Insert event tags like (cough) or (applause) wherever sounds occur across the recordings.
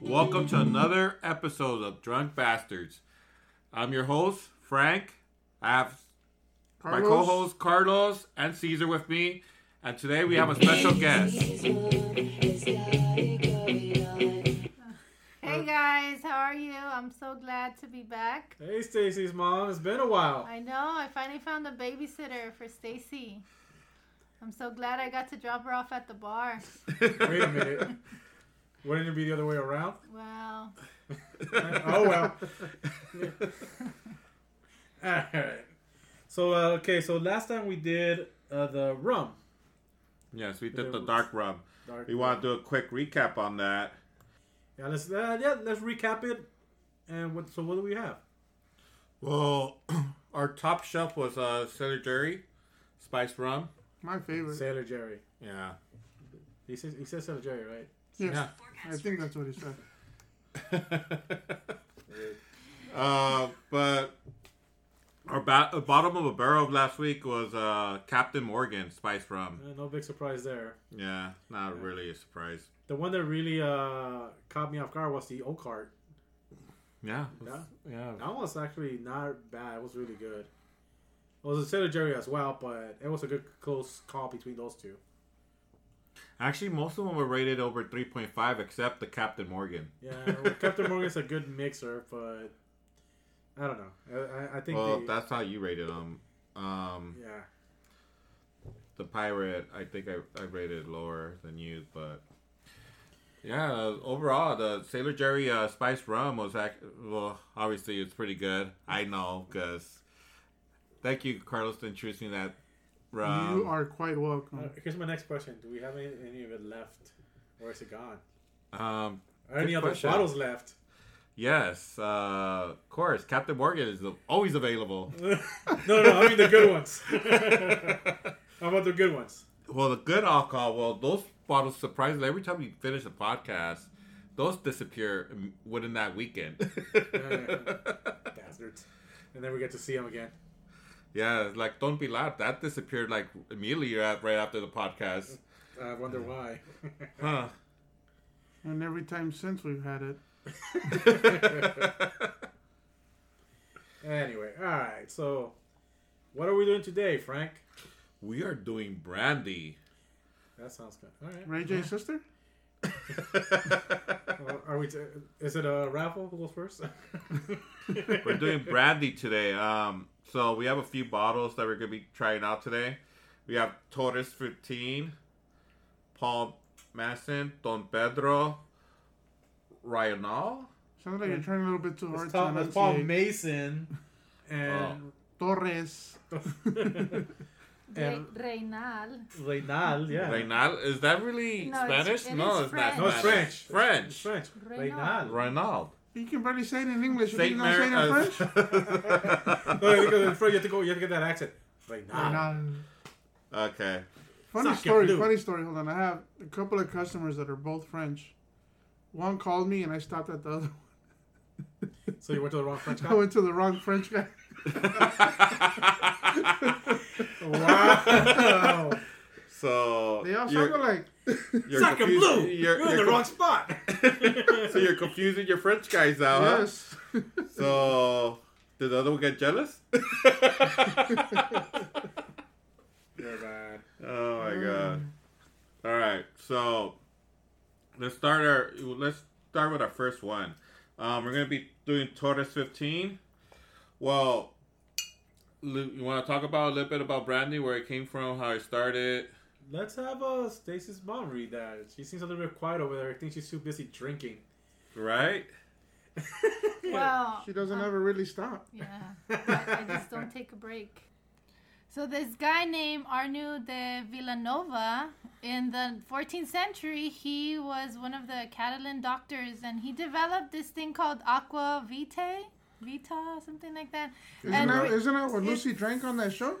Welcome to another episode of Drunk Bastards. I'm your host, Frank. I have my co host, Carlos, and Caesar with me. And today we have a special guest. Hey guys, how are you? I'm so glad to be back. Hey, Stacy's mom. It's been a while. I know I finally found a babysitter for Stacy. I'm so glad I got to drop her off at the bar. Wait a minute. Wouldn't it be the other way around? Well, oh well. (laughs) All right. So uh, okay. So last time we did uh, the rum. Yes, we did the dark rum. Dark We want to do a quick recap on that. Yeah. Let's uh, yeah. Let's recap it. And what? So what do we have? Well, (clears throat) our top shelf was uh, Sailor Jerry, spiced rum. My favorite. Sailor Jerry. Yeah. He says he says Sailor Jerry, right? Yes. Yeah. I think that's what he said. (laughs) uh, but our ba- uh, bottom of a barrel of last week was uh, Captain Morgan spiced rum. Uh, no big surprise there. Yeah, not really a surprise. The one that really uh, caught me off guard was the oak heart. Yeah, Yeah. yeah. That was actually not bad. It was really good. It was a Sailor Jerry as well, but it was a good close call between those two. Actually, most of them were rated over three point five, except the Captain Morgan. Yeah, well, Captain Morgan's a good mixer, but I don't know. I- I, I think Well, they, that's how you rated them. Um, yeah, the pirate, I think I, I rated lower than you, but yeah, uh, overall the Sailor Jerry uh, spiced rum was act- well, obviously it's pretty good. I know because thank you, Carlos, for introducing that rum. you are quite Uh, welcome. here's my next question: Do we have any, any of it left, or is it gone? um, Are any Good other question. bottles left? (laughs) yes, uh, of course, Captain Morgan is always (laughs) available. no, no, I mean the good (laughs) ones. How about the good ones? Well, the good alcohol. Well, those bottles surprisingly every time we finish the podcast, those disappear um, within that weekend. Bastards. And then we get to see them again. yeah, like Don Pilar, that disappeared like immediately right right after the podcast. I wonder why. (laughs) Huh. And every time since we've had it. anyway, all right. So, what are we doing today, Frank? (laughs) we are doing brandy. That sounds good. All right. Ray J's sister? Well, are we? T- is it a raffle? Who goes first? (laughs) we're doing brandy today. Um, so we have a few bottles that we're gonna be trying out today. We have Torres 15, Paul Masson, Don Pedro, Ryanal. Sounds like you're trying a little bit too hard It's to Tom, it's Paul enunciate. Mason and Torres. Re- and Reynal. (laughs) Reynal. Yeah, Reynal, is that really No, it's- Spanish? it no, is it's not. No, it's Spanish. French. It's French. French. Reynal. Reynal. Reynald. You can barely say it in English. You Saint can not say Mary. it in uh, (laughs) French. No, you have, to go in front, you have to go. You have to get that accent. Ah. Reynal. Nah. okay. Funny Suck it, story, dude. funny story. Hold on. I have a couple of customers that are both French. One called me and I stopped at the other one. So you went to the wrong French I guy. went to the wrong French guy. (laughs) (laughs) wow. (laughs) so They all you're- (laughs) sound like you're Suck 'em confused- blue. You're, You're, in you're conf- the wrong spot. (laughs) So you're confusing your French guys now, huh? yes. So did the other one get jealous? (laughs) oh You're bad. Oh my god! All right, so let's start our let's start with our first one. Um, we're gonna be doing Torres fifteen. Well, Lu- you want to talk about a little bit about brandy, where it came from, how it started. Let's have uh, Stacy's mom read that. She seems a little bit quiet over there. I think she's too busy drinking. (laughs) Right? Well, (laughs) She doesn't um, ever really stop. Yeah. I, I just don't take a break. So this guy named Arnu de Villanova, in the 14th century, he was one of the Catalan doctors, and he developed this thing called aqua vitae, vita, something like that. Isn't and that, we- isn't that what it's- Lucy drank on that show?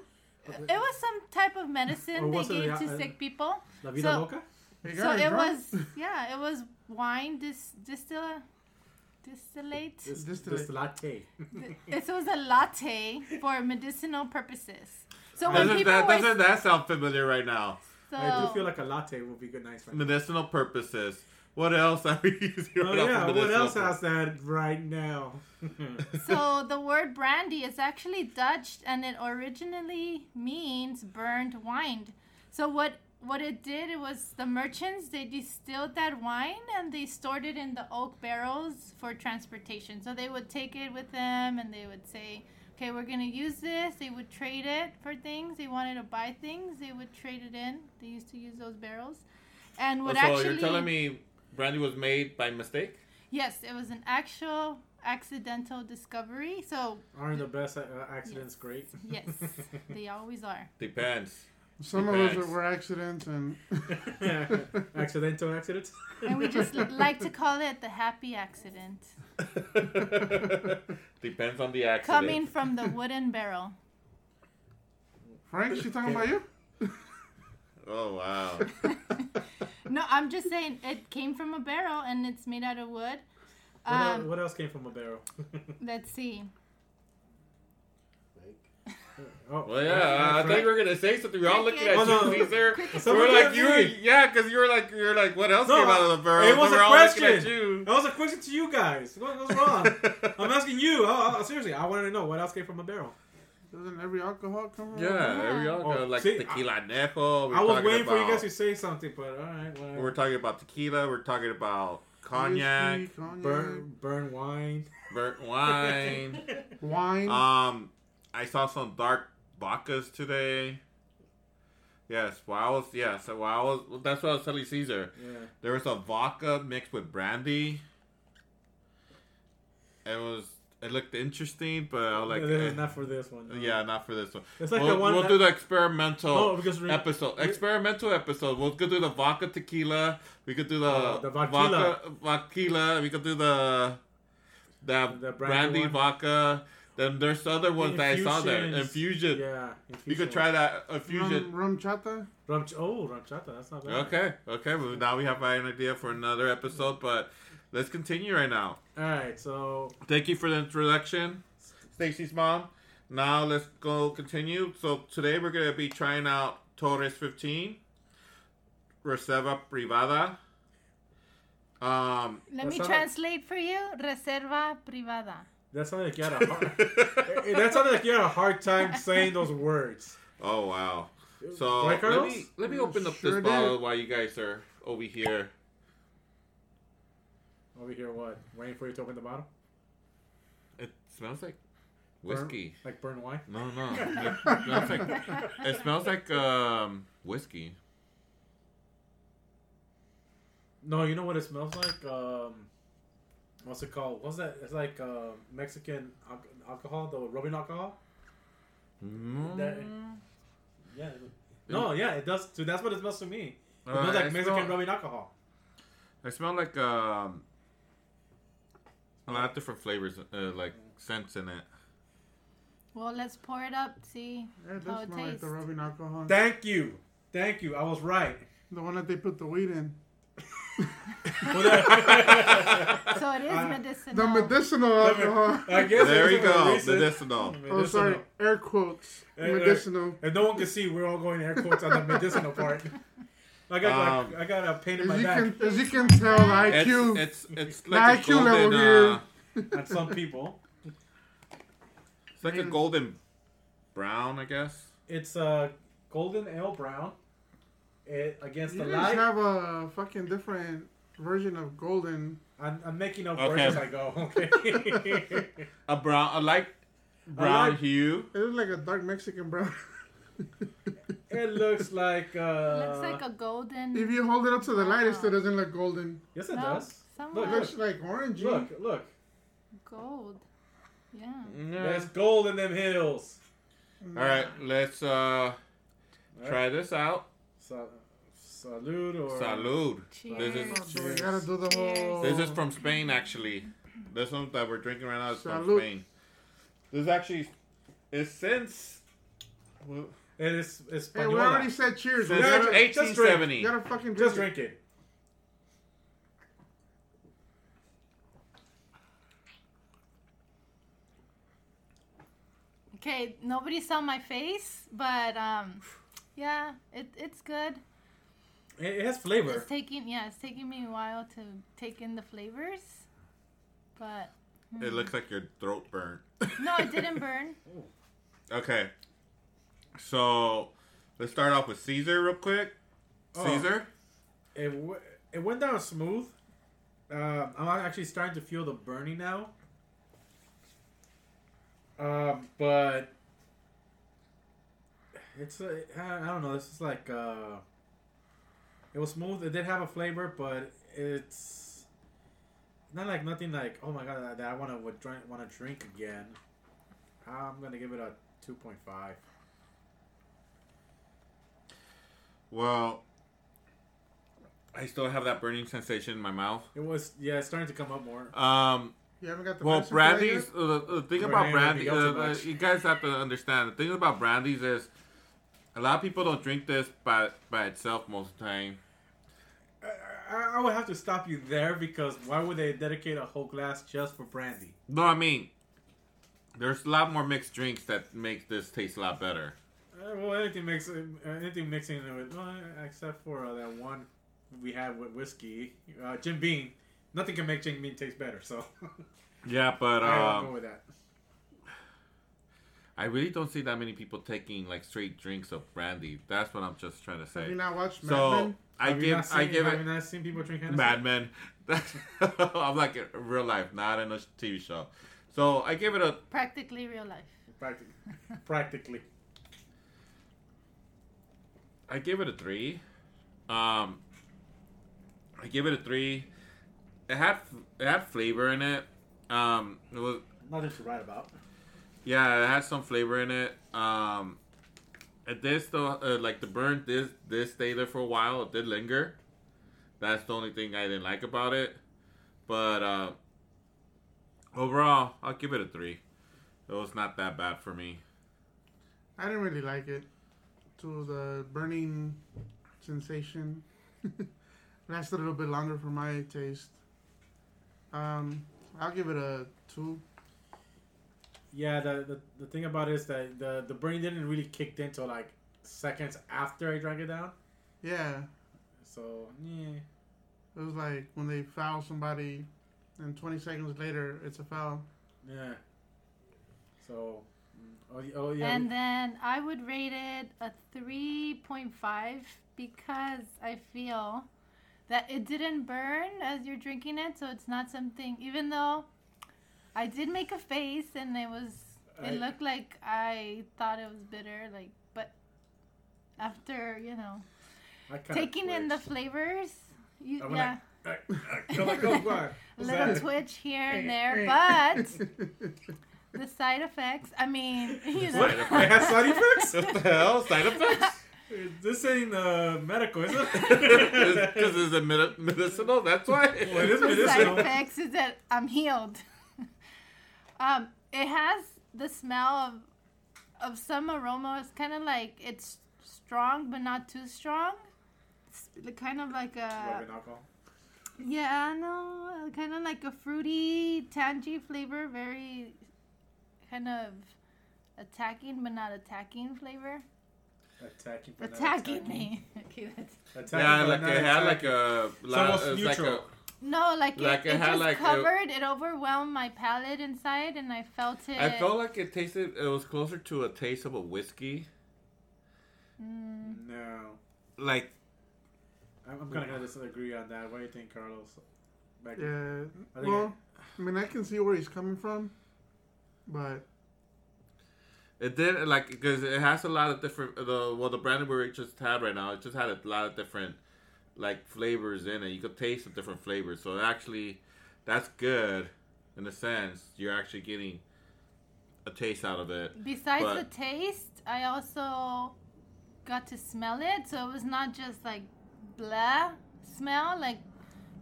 it was some type of medicine Or they was it uh, gave a- to a- sick people. La vida So- loca. They So got her it drunk. (laughs) was, yeah, it was wine dis distilla distillate. This, This this, today. latte. This was a latte for medicinal purposes. So when Doesn't people that were doesn't that sound familiar right now? so I do feel like a latte would be good, nice right now. Medicinal purposes. What else are we (laughs) using? Oh, right off yeah, of what this else local? has that right now? (laughs) So the word brandy is actually Dutch, and it originally means burned wine. So what what it did it was the merchants they distilled that wine and they stored it in the oak barrels for transportation. So they would take it with them, and they would say, "Okay, we're gonna use this." They would trade it for things. They wanted to buy things, they would trade it in. They used to use those barrels, and Oh, what so actually you're telling me brandy was made by mistake? yes, it was an actual accidental discovery. So Aren't the best uh, accidents great? yes, (laughs) they always are. Depends. (laughs) Some of those Bags. were accidents, and (laughs) Accidental accidents? And we just li- like to call it the happy accident. Depends on the accident. Coming from the wooden barrel. Frank, she talking about you? Oh (laughs) wow. No, I'm just saying it came from a barrel and it's made out of wood. (laughs) What, el- Um, what else came from a barrel? let's see. (laughs) oh, Well, yeah, I thought you were gonna say something. We're all looking at Oh, no. you, Caesar. Cricket. So- we're Look like at you, were, me. yeah, because you were like you're like, what else No, came out of the barrel? it was So a we're all looking at question. you. That was a question to you guys. What, (laughs) what's wrong? I'm asking you. Oh, oh, seriously, I want to know what else came from a barrel. Doesn't every alcohol come from? yeah, Yeah. every alcohol, Oh, like see, tequila anejo. We're I was talking waiting for you about- guys to say something, but all right, whatever. We're talking about tequila. We're talking about cognac, Whiskey, cognac, burn, burn wine. burnt (laughs) (laughs) wine. uh, wine. Um, I saw some dark bacas today. Yes, while I was yeah, so while I was that's what I was telling Caesar. yeah. There was a vodka mixed with brandy. It was it looked interesting, but I was (laughs) like, No, this eh, is not for this one. no. yeah, not for this one. It's like we'll, the one we'll that- do the experimental Oh, because re- episode. Experimental episode. We'll go do the vodka tequila. We could do the, Oh, the vodka vodka. We could do the the, The brandy brandy, one. vodka. Then there's other ones that I saw there. Infusions. Infusion. Yeah. You could try that uh, infusion. Rum, rum chata. Rum, ch- oh, rum chata. That's not bad. Okay, okay. Well, now we have an idea for another episode, but let's continue right now. All right. So Thank you for the introduction, Stacy's mom. Now let's go continue. So today we're gonna be trying out Torres 15, Reserva Privada. Um, (laughs) Let That me sounded- translate for you. Reserva privada. that sounded like (laughs) you had a hard. Eh, that sounded like you had a hard time saying those words. oh wow! So Right, let Carlos? me let me open up Sure this did. bottle while you guys are over here. Over here, what? Waiting for you to open the bottle, It smells like whiskey. like burn wine. No, no. It smells like, it smells like um, whiskey. No, you know what it smells like. Um, what's it called? What's that? It's like uh, Mexican al- alcohol, the rubbing alcohol. That- Mm. Mm. Yeah. No, yeah, it does. Dude, that's what it smells to me. It Uh, smells like I Mexican smell- rubbing alcohol. I smell like um, a lot of different flavors, uh, like scents in it. Well, let's pour it up. See. Yeah, it does How it smell like tastes. the rubbing alcohol. Thank you, thank you. I was right. (laughs) (laughs) the one that they put the weed in. So it is Uh, The medicinal. medicinal (laughs) alcohol. I guess There it you was for a go, reason. medicinal. Oh, sorry. Medicinal. Air quotes. Eh, eh. Medicinal. If no one can see, we're all going air quotes on the medicinal (laughs) part. I got Um, I got a pain in As my you back can, as you can tell, the IQ. It's it's, it's The like a IQ level golden. Uh, here. on some people. it's like a golden brown, I guess. It's uh, golden ale brown. It against You the guys light. have a fucking different version of golden. I'm, I'm making up Okay. words as I go. Okay. (laughs) A brown, a light brown light- hue. It looks like a dark Mexican brown. it looks like. Uh, It looks like a golden. (laughs) if you hold it up to the light, it still doesn't look golden. yes, it No, does. It somewhat. Look, looks like orangey. look, look, look. gold. Yeah. There's gold in them hills. All right, let's uh, All try this out. Sa- salute or Salud. This is Cheers. So we gotta do the whole. This is from Spain, actually. This one that we're drinking right now is from Salud. Spain. This is actually is since It is it's Hey, we already said cheers. since we gotta, eight- just drink. 1870. you gotta fucking drink. Just it. drink it. Okay, nobody saw my face, but um, yeah, it, it's good. It, it has flavor. It's taking yeah, it's taking me a while to take in the flavors, but It looks like your throat burnt. no, it (laughs) didn't burn. (laughs) Okay. So let's start off with Caesar real quick. Oh. Caesar? It, w- it went down smooth. Um, I'm actually starting to feel the burning now. Um, but it's a, I I don't know. This is like uh, it was smooth. It did have a flavor, but it's not like nothing like oh my god that- that I want to drink want to drink again. I'm gonna give it a two point five. Well, I still have that burning sensation in my mouth. It was yeah, it's starting to come up more. Um, You haven't got the well, medicine for that brandies. yet? Uh, the thing We're about hanging out brandy, with uh, y'all too uh, much. you guys have to understand. The thing about brandies is a lot of people don't drink this by by itself most of the time. I- I, I would have to stop you there because why would they dedicate a whole glass just for brandy? No, I mean, there's a lot more mixed drinks that make this taste a lot better. Uh, well, anything mix, uh, anything mixing in with, well, except for uh, that one we had with whiskey, uh, Jim Beam. Nothing can make Jim Beam taste better, so (laughs) Yeah, but I'll go um, with that. I really don't see that many people taking like straight drinks of brandy. That's what I'm just trying to Have say. you not watched Mad So Men? I Have you not give I seen- give have it you not seen people drink Hennessy? Mad Men. (laughs) That's I'm like in real life, not in a TV show. So I give it a Practically real life. Practically, practically. I give it a three. Um, I give it a three. It had it had flavor in it. Um, it was Nothing to write about. yeah, it had some flavor in it. Um, it did still uh, like the burn. This this stay there for a while. It did linger. That's the only thing I didn't like about it. But uh, overall, I'll give it a three. It was not that bad for me. I didn't really like it. To the burning sensation (laughs) lasted a little bit longer for my taste. Um, I'll give it a two. Yeah, the, the the thing about it is that the the brain didn't really kick in till like seconds after I drank it down. Yeah, So yeah. it was like when they foul somebody, and 20 seconds later it's a foul. Yeah. So, mm, oh, y- oh yeah. And then I would rate it a 3.5 because I feel that it didn't burn as you're drinking it, so it's not something, even though I did make a face and it was, I- it looked like I thought it was bitter, like, but after, you know, I kinda taking in the twitched. flavors, you, I went yeah, like, I'm like, (laughs) oh, God. a What's little that? twitch here and there, but (laughs) the side effects, I mean, (laughs) you know. What? It has (laughs) side effects? (laughs) What the hell? Side effects? (laughs) This ain't uh, (laughs) medical, is it? Because it's a medi- medicinal. That's why. Well, it is the side medicinal. effects is that I'm healed. (laughs) um, it has the smell of of some aroma. It's kind of like it's strong, but not too strong. It's li- kind of like a Rubbing alcohol. yeah, no, kind of like a fruity, tangy flavor. Very kind of attacking, but not attacking flavor. Attacking. but not Attacking me. okay, that's (laughs) Attacking, yeah, but like not it had like attacking. a. It's Like, almost it's like a neutral. no, like, Like it, it it had just like a- covered. It overwhelmed my palate inside, and I felt it. I felt like it tasted. It was closer to a taste of a whiskey. Mm. No. Like I'm, I'm kind of going to disagree on that. What do you think, Carlos? Back Yeah. I think Well, I mean, I can see where he's coming from, but it did. Like because it has a lot of different. The well, the brandy we just had right now. It just had a lot of different like flavors in it. You could taste the different flavors. So actually, that's good in a sense. You're actually getting a taste out of it. Besides But- the taste, I also got to smell it, so it was not just like blah smell. Like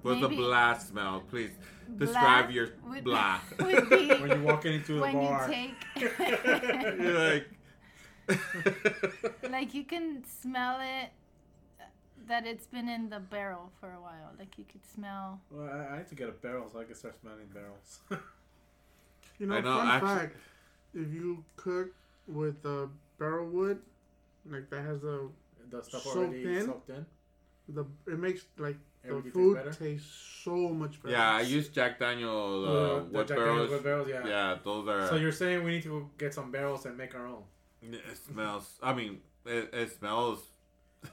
Was the Maybe- blah smell? Please describe blah your would- blah. (laughs) would be When you're walking into the when bar. you take, (laughs) You're like. like you can smell it uh, that it's been in the barrel for a while. Like you could smell. Well, I, I need to get a barrel so I can start smelling barrels. (laughs) you know, I know, fun actually- fact: if you cook with uh, barrel wood, like that has a the stuff So already thin? soaked in. The it makes like the Everything tastes food better? tastes so much (laughs) better. Yeah, I use Jack Daniel uh, The wood Jack Daniel's barrels. wood barrels, yeah. Yeah, those are. So you're saying we need to go get some barrels and make our own? It smells. I mean, it, it smells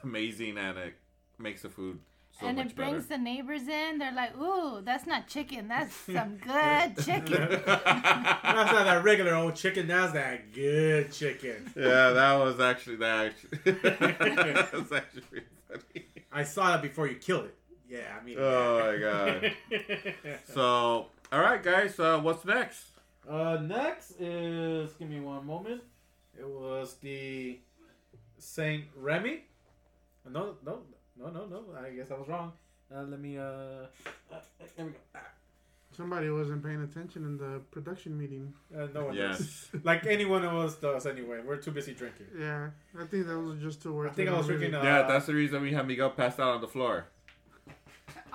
amazing, and it makes the food so and much it brings better. the neighbors in. They're like, "Ooh, that's not chicken. (laughs) That's some good chicken." That's not that regular old chicken. That's that good chicken. yeah, that was actually that. Actually, (laughs) that's actually pretty funny. I saw that before you killed it. Yeah, I mean. Oh my god. So, all right, guys, uh, what's next? (laughs) Uh, next is give me one moment. It was the Saint Remy. No, no, no, no, no. I guess I was wrong. Uh, let me. Uh, uh there we go. Ah, Somebody wasn't paying attention in the production meeting. Uh, no one. Yes. Does. Like anyone else does anyway. We're too busy drinking. yeah, I think that was just to I work. think I was drinking. Uh, yeah, that's the reason we had Miguel passed out on the floor.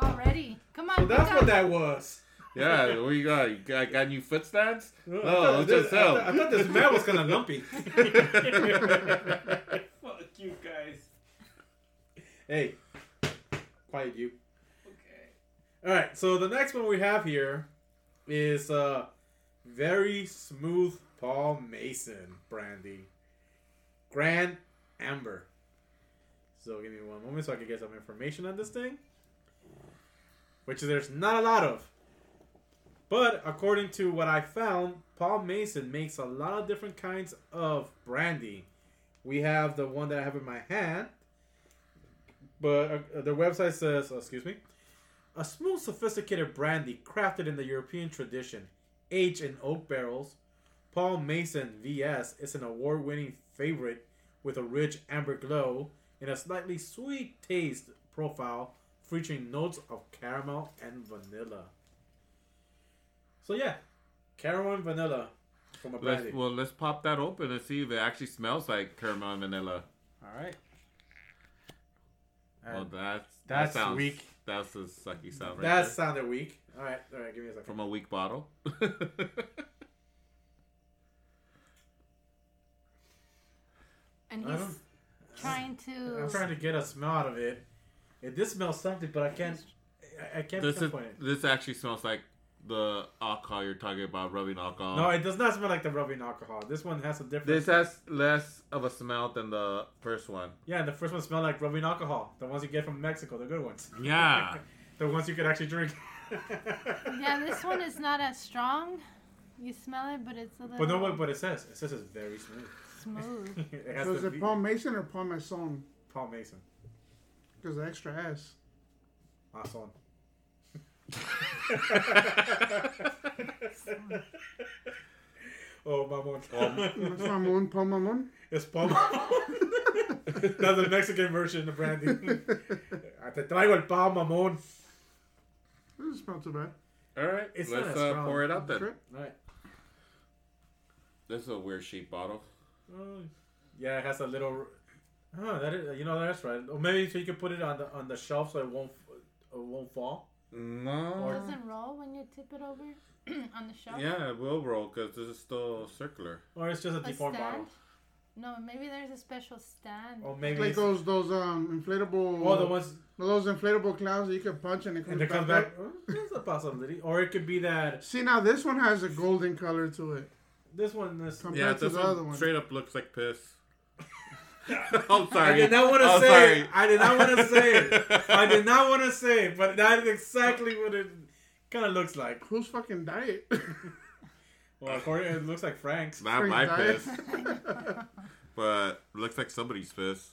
Already, come on. So that's pick what up. that was. Yeah, (laughs) we got? You got, got new foot stands? No, No, it's just I, thought, I him. thought this man was kind of lumpy. Fuck you guys. (laughs) Hey, quiet you. Okay. All right. So the next one we have here is uh, very smooth Paul Mason brandy, Grand Amber. So give me one moment so I can get some information on this thing, which there's not a lot of. But according to what I found, Paul Mason makes a lot of different kinds of brandy. We have the one that I have in my hand, but uh, their website says, uh, excuse me, a smooth, sophisticated brandy crafted in the European tradition, aged in oak barrels. Paul Mason VS is an award winning favorite with a rich amber glow and a slightly sweet taste profile featuring notes of caramel and vanilla. So, yeah, caramel and vanilla from a brandy. Let's, well, let's pop that open and see if it actually smells like caramel and vanilla. All right. Well, that's that's that sounds, weak. That's a sucky sound right that there. sounded weak. All right, all right, give me a second. From a weak bottle. (laughs) And I he's don't- trying I'm to. trying to get a smell out of it. It did smell something, but I can't. I, I can't this is pinpoint it. this actually smells like the alcohol you're talking about, rubbing alcohol. No, it does not smell like the rubbing alcohol. This one has a different. Oh. this has less of a smell than the first one. yeah, the first one smelled like rubbing alcohol. The ones you get from Mexico, the good ones, Yeah. the ones you could actually drink. (laughs) (laughs) Yeah, this one is not as strong. You smell it, but it's a little But no, what, what it says? It says it's very smooth. (laughs) smooth. it has So is the it V- Paul Mason or Paul Mason? Paul Mason. Because the extra S. Awesome. (laughs) oh, mamon. That's my moon, Paul Mamon. (laughs) (laughs) It's Paul Mamon. (laughs) That's the Mexican version of brandy. Te traigo el Paul Mamon. Doesn't smell too bad. (laughs) All right. It's not let's as uh, strong. pour it out then. Sure. Right. This is a weird shape bottle. Oh, yeah, it has a little. Huh, that is, you know that's right. Or maybe so you can put it on the on the shelf so it won't it won't fall. It No. doesn't roll when you tip it over (clears throat) on the shelf. Yeah, it will roll because this is still circular. Or it's just a A deformed bottle. Oh. stand? No, maybe there's a special stand. Or maybe Like it's, those those um inflatable. oh, the ones those inflatable clowns that you can punch and it comes, and it back, comes back. That's a possibility. Or it could be that See now this one has a golden color to it. this one is. Compared Yeah, to this the other one, one. straight up looks like (laughs) piss. I'm sorry. I did not want to I'm say sorry. it. I did not want to say it. (laughs) I did not want to say it, but that is exactly what it kind of looks like. Who's fucking diet? (laughs) Well, according, it looks like Frank's. It's not my diet. piss, but looks like somebody's piss.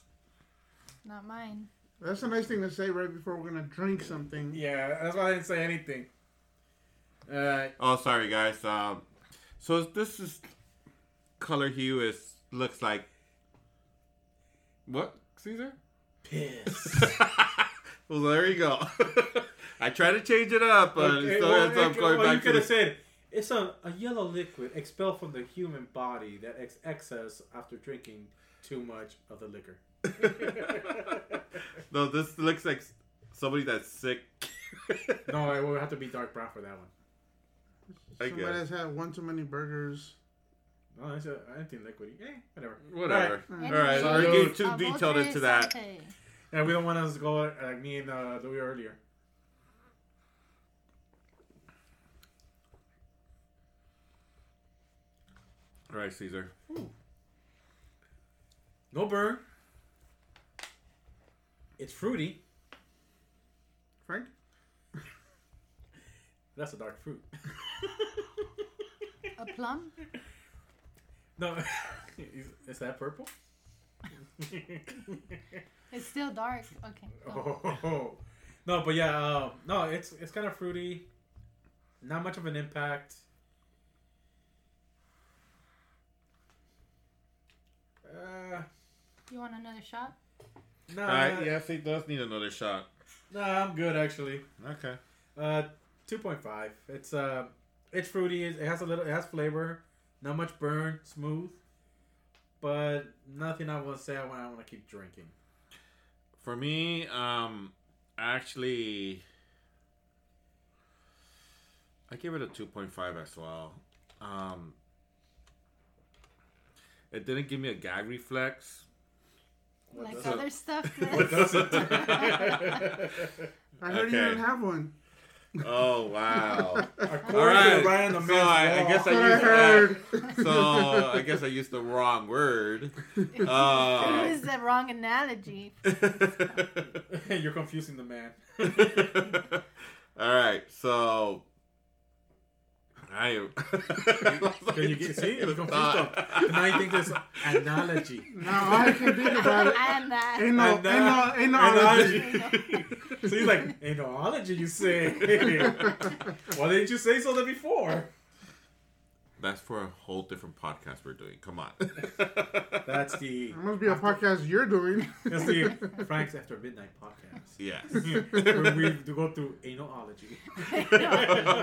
Not mine. (laughs) That's a nice thing to say right before we're gonna drink something. Yeah, that's why I didn't say anything. Uh, Oh, sorry guys. Um, so this is color hue is looks like what (laughs) Caesar? piss. well, there you go. (laughs) I try to change it up, (laughs) but Okay, it still well, ends up okay, going well, you back to could have the said it's a, a yellow liquid expelled from the human body that ex- excess after drinking too much of the liquor. (laughs) no. This looks like somebody that's sick. no, it would have to be dark brown for that one. I Somebody guess. has had one too many burgers. No, it's a, I didn't think liquidy. Eh, whatever. Whatever. All All right. right, Anyway, we're getting too a detailed bote into that. sante. and we don't want us to go like, like me and uh, Louis earlier. All right, Caesar. No burn. It's fruity. Frank? That's a dark fruit. (laughs) A plum? no, (laughs) is, is that purple? It's still dark. Okay. go. Oh. (laughs) No, but yeah, um, no, it's it's kind of fruity. Not much of an impact. Uh, You want another shot? nah, All right, yes, he does need another shot. nah, I'm good actually. Okay. Uh, two point five. It's uh, it's fruity. It it has a little. It has flavor. Not much burn. Smooth, but nothing I will say. I want. I want to keep drinking. For me, um, actually, I give it a 2.5 as well. Um, it didn't give me a gag reflex. What like does it- other stuff. (laughs) What does it? (laughs) I heard you Okay. didn't have one. (laughs) Oh, (laughs) wow. According All right. to Ryan, the so man's I, I wall. guess I That's what I used (laughs) heard. so I guess I used the wrong word. it Uh, was the wrong analogy. (laughs) (laughs) You're confusing the man. all right, so (laughs) I Can you get see? You're confused. though. now you think there's (laughs) analogy. Now all I can think about it. and that. Ain't no, ain't And, uh, no, ain't no (laughs) Analogy. allergy. so he's like, analogy, you say? (laughs) (laughs) Why didn't you say so the before? (laughs) That's for a whole different podcast we're doing. Come on. (laughs) That's the It must be a podcast you're doing. that's the Frank's After Midnight podcast. yes. (laughs) (laughs) Where we go through analogy.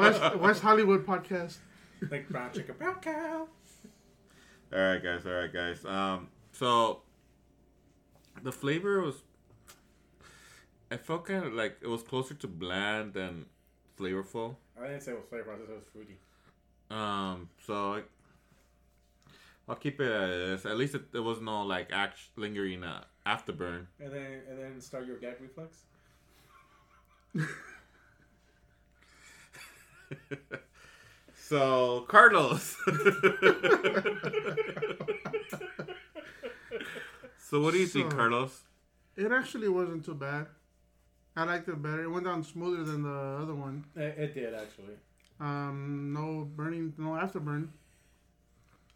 West, (laughs) West Hollywood podcast. (laughs) Like brown chicken, brown cow. All right, guys. All right, guys. Um, so the flavor was, I felt kind of like it was closer to bland than flavorful. I didn't say it was flavor, I said it was fruity. Um, so I, I'll keep it as at least it, there was no like act lingering uh, afterburn. (laughs) And then and then start your gag reflex. So Carlos. (laughs) so what do you think, So- Carlos? It actually wasn't too bad. I liked it better. It went down smoother than the other one. It, it did actually. Um, no burning, no afterburn.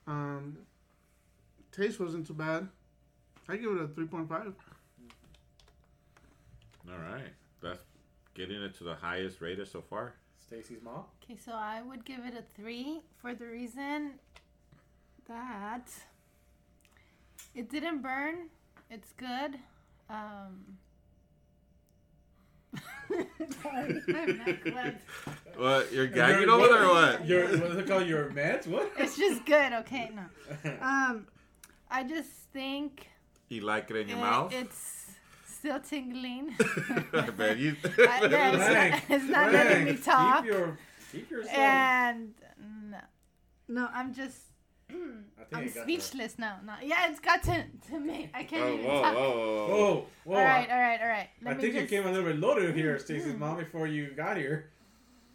Um, taste wasn't too bad. I give it a three point five. All right, that's getting it to the highest rated so far. Stacy's mom. Okay, so I would give it a three for the reason that it didn't burn. It's good. Um, (laughs) sorry, (laughs) I'm not glad. What you're gagging over there? or What? Your what is it called? Your meds? What? It's just good. Okay, no. Um, I just think You like it in your it- mouth? it's still tingling. (laughs) (laughs) I bet you. I- (laughs) yeah, Frank, it's, it's not letting me Frank, talk. Keep your, keep yourself. And no, no, I'm just. I think I I'm got that. speechless now. No, yeah, it's got to, to me. I can't oh, even whoa, talk. whoa, whoa, whoa. Whoa, whoa! All right, all right, all right. I Let me think just, Mm. you came a little bit loaded here, Stacy's mom, before you got here.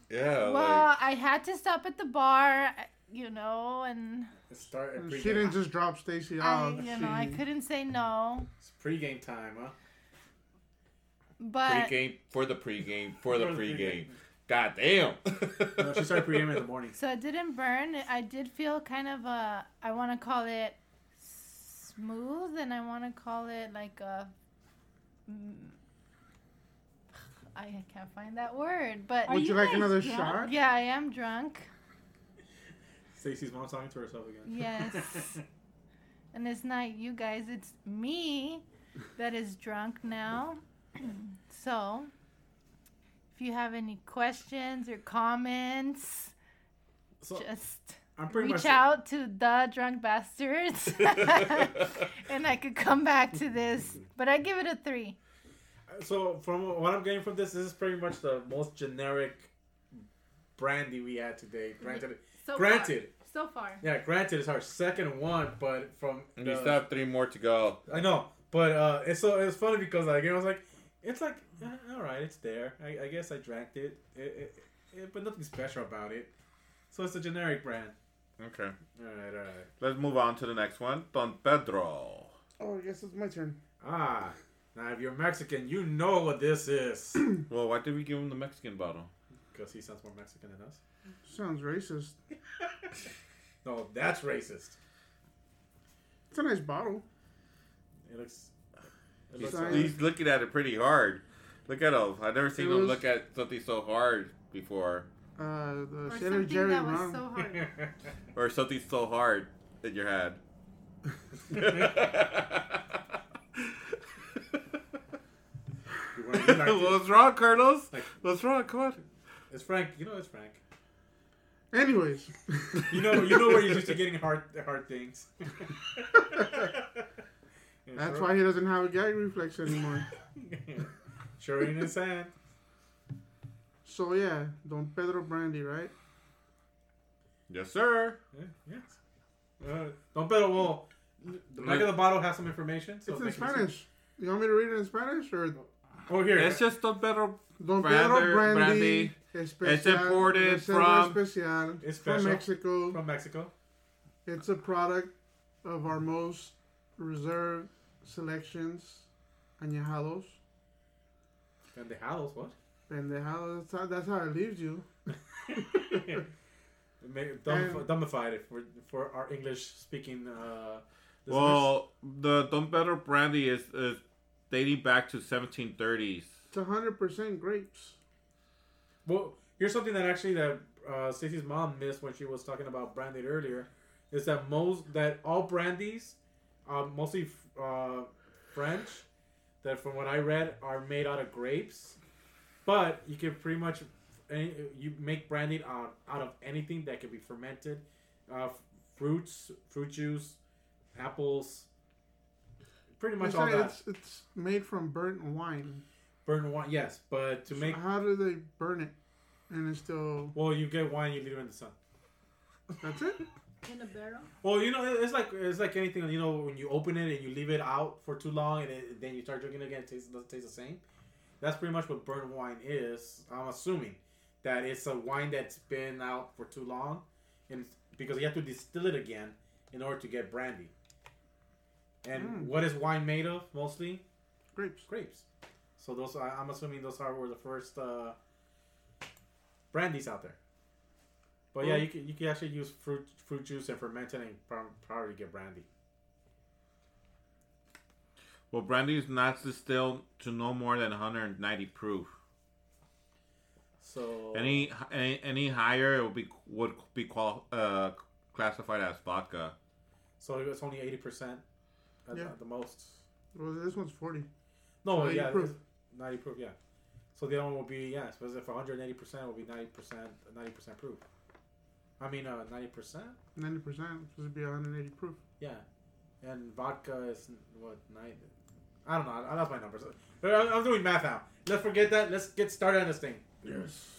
Yeah. like- Well, I had to stop at the bar, you know, and It's start Mm. at She didn't pregame. just drop Stacy I, off. you know, I She- couldn't say no. It's pregame time, huh? But Pre-game for the pre-game for the For the pre-game. pre-game. God damn. No, she started pregame in the morning. so it didn't burn. I did feel kind of a. I want to call it smooth, and I want to call it like a. mm, I can't find that word, but Would you like another shot? yeah, I am drunk. Stacy's mom talking to herself again. Yes. and it's not you guys, it's me that is drunk now. (clears throat) so, if you have any questions or comments, (laughs) so just I'm pretty reach much out to the drunk bastards (laughs) (laughs) and I could come back to this. But I give it a three. So from what I'm getting from this, this is pretty much the most generic brandy we had today. Granted, So granted, Far. So far. yeah, granted, it's our second one, but from (laughs) and you the- still have three more to go. I know, But uh, it's so it's funny because like it was like it's like eh, all right, it's there. I, I guess I drank it. It, it, it, but nothing special about it. So it's a generic brand. Okay. All right, all right. Let's move on to the next one. Don Pedro. Oh, I guess it's my turn. Ah, now if you're Mexican, you know what this is. (clears throat) Well, why did we give him the Mexican bottle? Because he sounds more Mexican than us. Sounds racist. No, that's racist. It's a nice bottle. It looks. He's, It looks Sorry. he's looking at it pretty hard. Look at him. I've never seen It him was- look at something so hard before, Uh, the or Sailor something Jerry that was rum. so (laughs) hard. or something so hard in your head. (laughs) You wanna be like this? What's wrong, Carlos? Like- What's wrong? Come on. it's Frank. You know it's Frank. Anyways, You know, you know where you're used to getting hard, hard (laughs) things. that's why he doesn't have a gag reflex anymore. (laughs) Sure in the sand. so yeah, Don Pedro Brandy, right? Yes, sir. Yeah, yes. Uh, don't bet a wall. The back of the bottle has some information. So it's in make it easy. Spanish. You want me to read it in Spanish or Oh, here. It's just Don Pedro. Don Brander- Pedro Brandy? Brandy. Especial, It's imported Reserva from- Especial, It's from special. Mexico. from Mexico. It's a product of our most reserved selections, añejados. And the Hallows, what? Pendejados, that's how, that's how it leaves you. Ma- Dumb, And- dumbified it for, for our English speaking. Uh, listeners. Well, the Don Pedro brandy is, is dating back to 1730s. It's 100% grapes. Well, here's something that actually that uh, Stacy's mom missed when she was talking about brandy earlier, is that most that all brandies, uh, mostly uh, French, that from what I read are made out of grapes, but you can pretty much any, you make brandy out out of anything that can be fermented, uh, f- fruits, fruit juice, apples, pretty much It's, all like- that. it's, it's made from burnt wine. Burn wine, yes, but to So make how do they burn it? And it's still. well, you get wine, you leave it in the sun. That's it? (laughs) In a barrel? Well, you know, it- it's like it's like anything. You know, when you open it and you leave it out for too long, and it, then you start drinking it again, it tastes, doesn't taste the same. That's pretty much what burnt wine is. I'm assuming that it's a wine that's been out for too long, and because you have to distill it again in order to get brandy. And Mm. what is wine made of? Mostly Grapes. grapes. So those, I- I'm assuming those are were the first uh, brandies out there. But yeah, Well- you can you can actually use fruit fruit juice and ferment it and prob- probably get brandy. Well, brandy is not distilled to no more than 190 proof. So Any any, any higher, it would be would be qual, uh, classified as vodka. so it's only eighty percent at, Yeah. at the most. Well, this one's 40. No, So 80 yeah, proof. ninety proof, yeah. So the other one will be yeah, suppose if one hundred eighty percent will be ninety percent ninety percent proof. I mean uh, ninety percent, 90%, it's supposed to be 180 proof. yeah. And vodka is what nine? I don't know. I, I lost my numbers. I'm, I'm doing math now. Let's forget that. Let's get started on this thing. (sighs) Yes.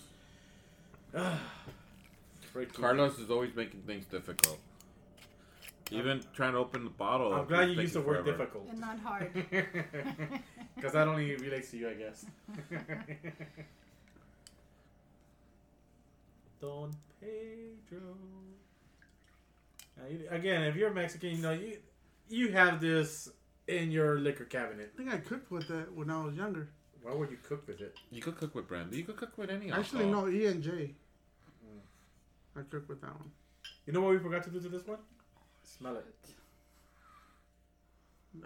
Freaking- Carlos is always making things difficult. Even trying to open the bottle. I'm glad it's you used the taking word forever. difficult. (laughs) And not hard. Because that only relates to you, I (laughs) guess. Don Pedro. Now, you- Again, if you're Mexican, you know you you have this in your liquor cabinet. I think I cooked with that when I was younger. Why would you cook with it? You could cook with brandy. You uh, could cook with any. Actually, alcohol. no, E and J. I cooked with that one. You know what we forgot to do to this one? Smell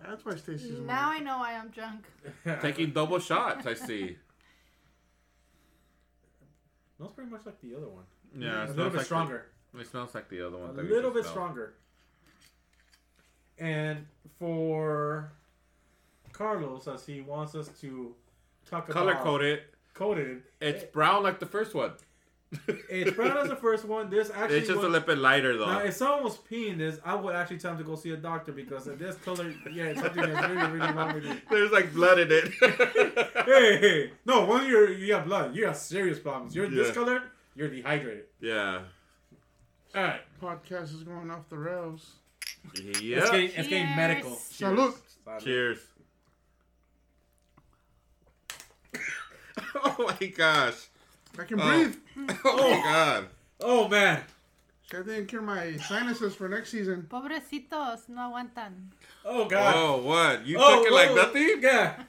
That's why Stacy's now I mad. know why I'm drunk. (laughs) it. Taking double shots, I see. Smells pretty much like the other one. Yeah, (laughs) a it little smells bit like stronger. The, it smells like the other one. a that we little just bit smelled. stronger. And for Carlos, as he wants us to talk Color about coded. coded, It's It- brown like the first one. it's brown as the (laughs) first one. This actually It's just was, a little bit lighter though. now, if someone was peeing this, I would actually tell him to go see a doctor because if this color, yeah, it's something that's really, really wrong with you. (laughs) There's like blood in it. (laughs) Hey, hey, no, one of your you have blood, you have serious problems. You're Yeah. this color, you're dehydrated. yeah. All right, Podcast is going off the rails. it's Yeah. getting it's getting medical. Cheers. Salud. Salud. Cheers. (laughs) oh my gosh. I can Oh. breathe. Oh my god. Oh man. I didn't cure my sinuses for next season. Pobrecitos, no aguantan. Oh god. Oh, what? You Oh, took it like whoa. nothing? Yeah,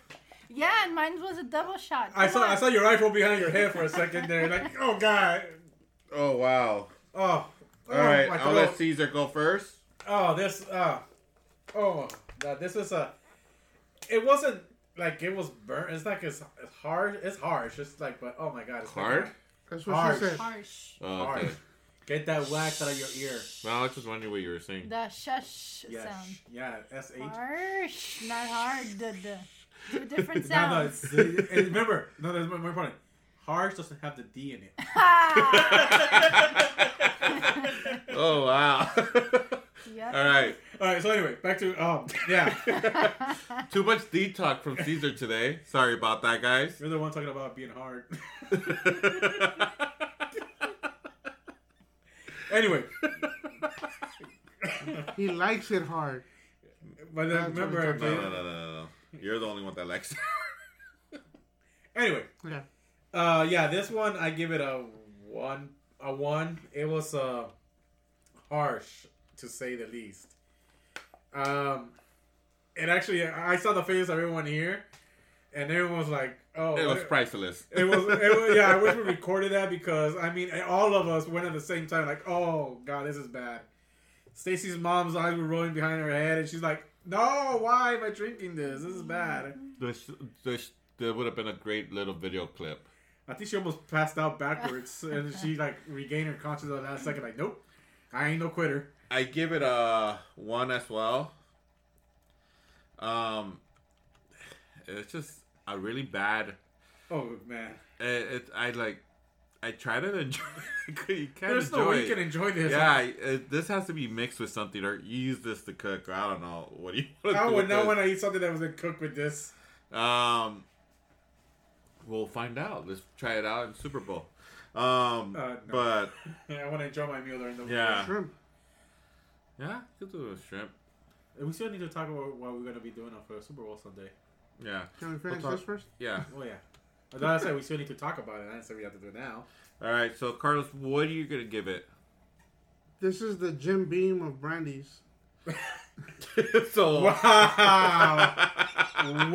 Yeah, and mine was a double shot. I Come saw on. I saw your eye roll behind your head for a second there. Like, oh god, Oh, wow. oh, all All right, my I'll let throat. Caesar go first. Oh, this, uh, oh, God, this was a. It wasn't like it was burnt. It's like it's, it's hard. It's harsh. It's like, but oh my God, it's Hard? That's what Harsh. she said. Harsh. Oh, Hard. okay. Get that wax out of your ear. No, I was just wondering what you were saying. The shush Yeah, sh- yeah. S H. sound. Harsh, not hard. Duh, duh. (laughs) (laughs) Two different No, no. sounds. (laughs) It's, it- it- remember, no, that's more important. Harsh doesn't have the D in it. (laughs) oh, (laughs) wow. Yep. All right. All right. So anyway, back to um, yeah. (laughs) (laughs) Too much D talk from Caesar today. Sorry about that, guys. (laughs) You're the one talking about being hard. (laughs) anyway, He likes it hard. but That's then what remember, I'm No, no, no, no, no. no. You're the only one that likes anyway. Yeah. Uh, yeah, this one I give it a one. A one. It was uh, harsh to say the least. Um, and actually, I I saw the face of everyone here, and everyone was like, "Oh, it. It was it- priceless. It was, it was- yeah. I wish we recorded that because I mean, all of us went at the same time. Like, oh god, this is bad. Stacy's mom's eyes were rolling behind her head, and she's like, "No, why am I drinking this? This is bad." This, this, there would have been a great little video clip. I think she almost passed out (laughs) backwards, and she like regained her consciousness at the last second. Like, nope, I ain't no quitter. I give it a one as well. Um, it's just a really bad. Oh man, It, it I like. I try to enjoy. (laughs) you can't there's enjoy. no way you it. can enjoy this. yeah, I- it, this has to be mixed with something, or you use this to cook, or I don't know. What do you? (laughs) wanna I do would with not this? want to eat something that was cooked with this. Um, we'll find out. Let's try it out in Super Bowl. Um, Uh, no. but Yeah, I want to enjoy my meal during the Yeah. Shrimp. yeah, you could do a shrimp. We still need to talk about what we're gonna be doing for the Super Bowl Sunday. Yeah, Can we finish talk. this first? (laughs) yeah. Oh yeah. As I said, we still need to talk about it. I didn't say we have to do it now. All right. So Carlos, what are you gonna give it? (laughs) This is the Jim Beam of Brandy's. so Wow! wow! (laughs)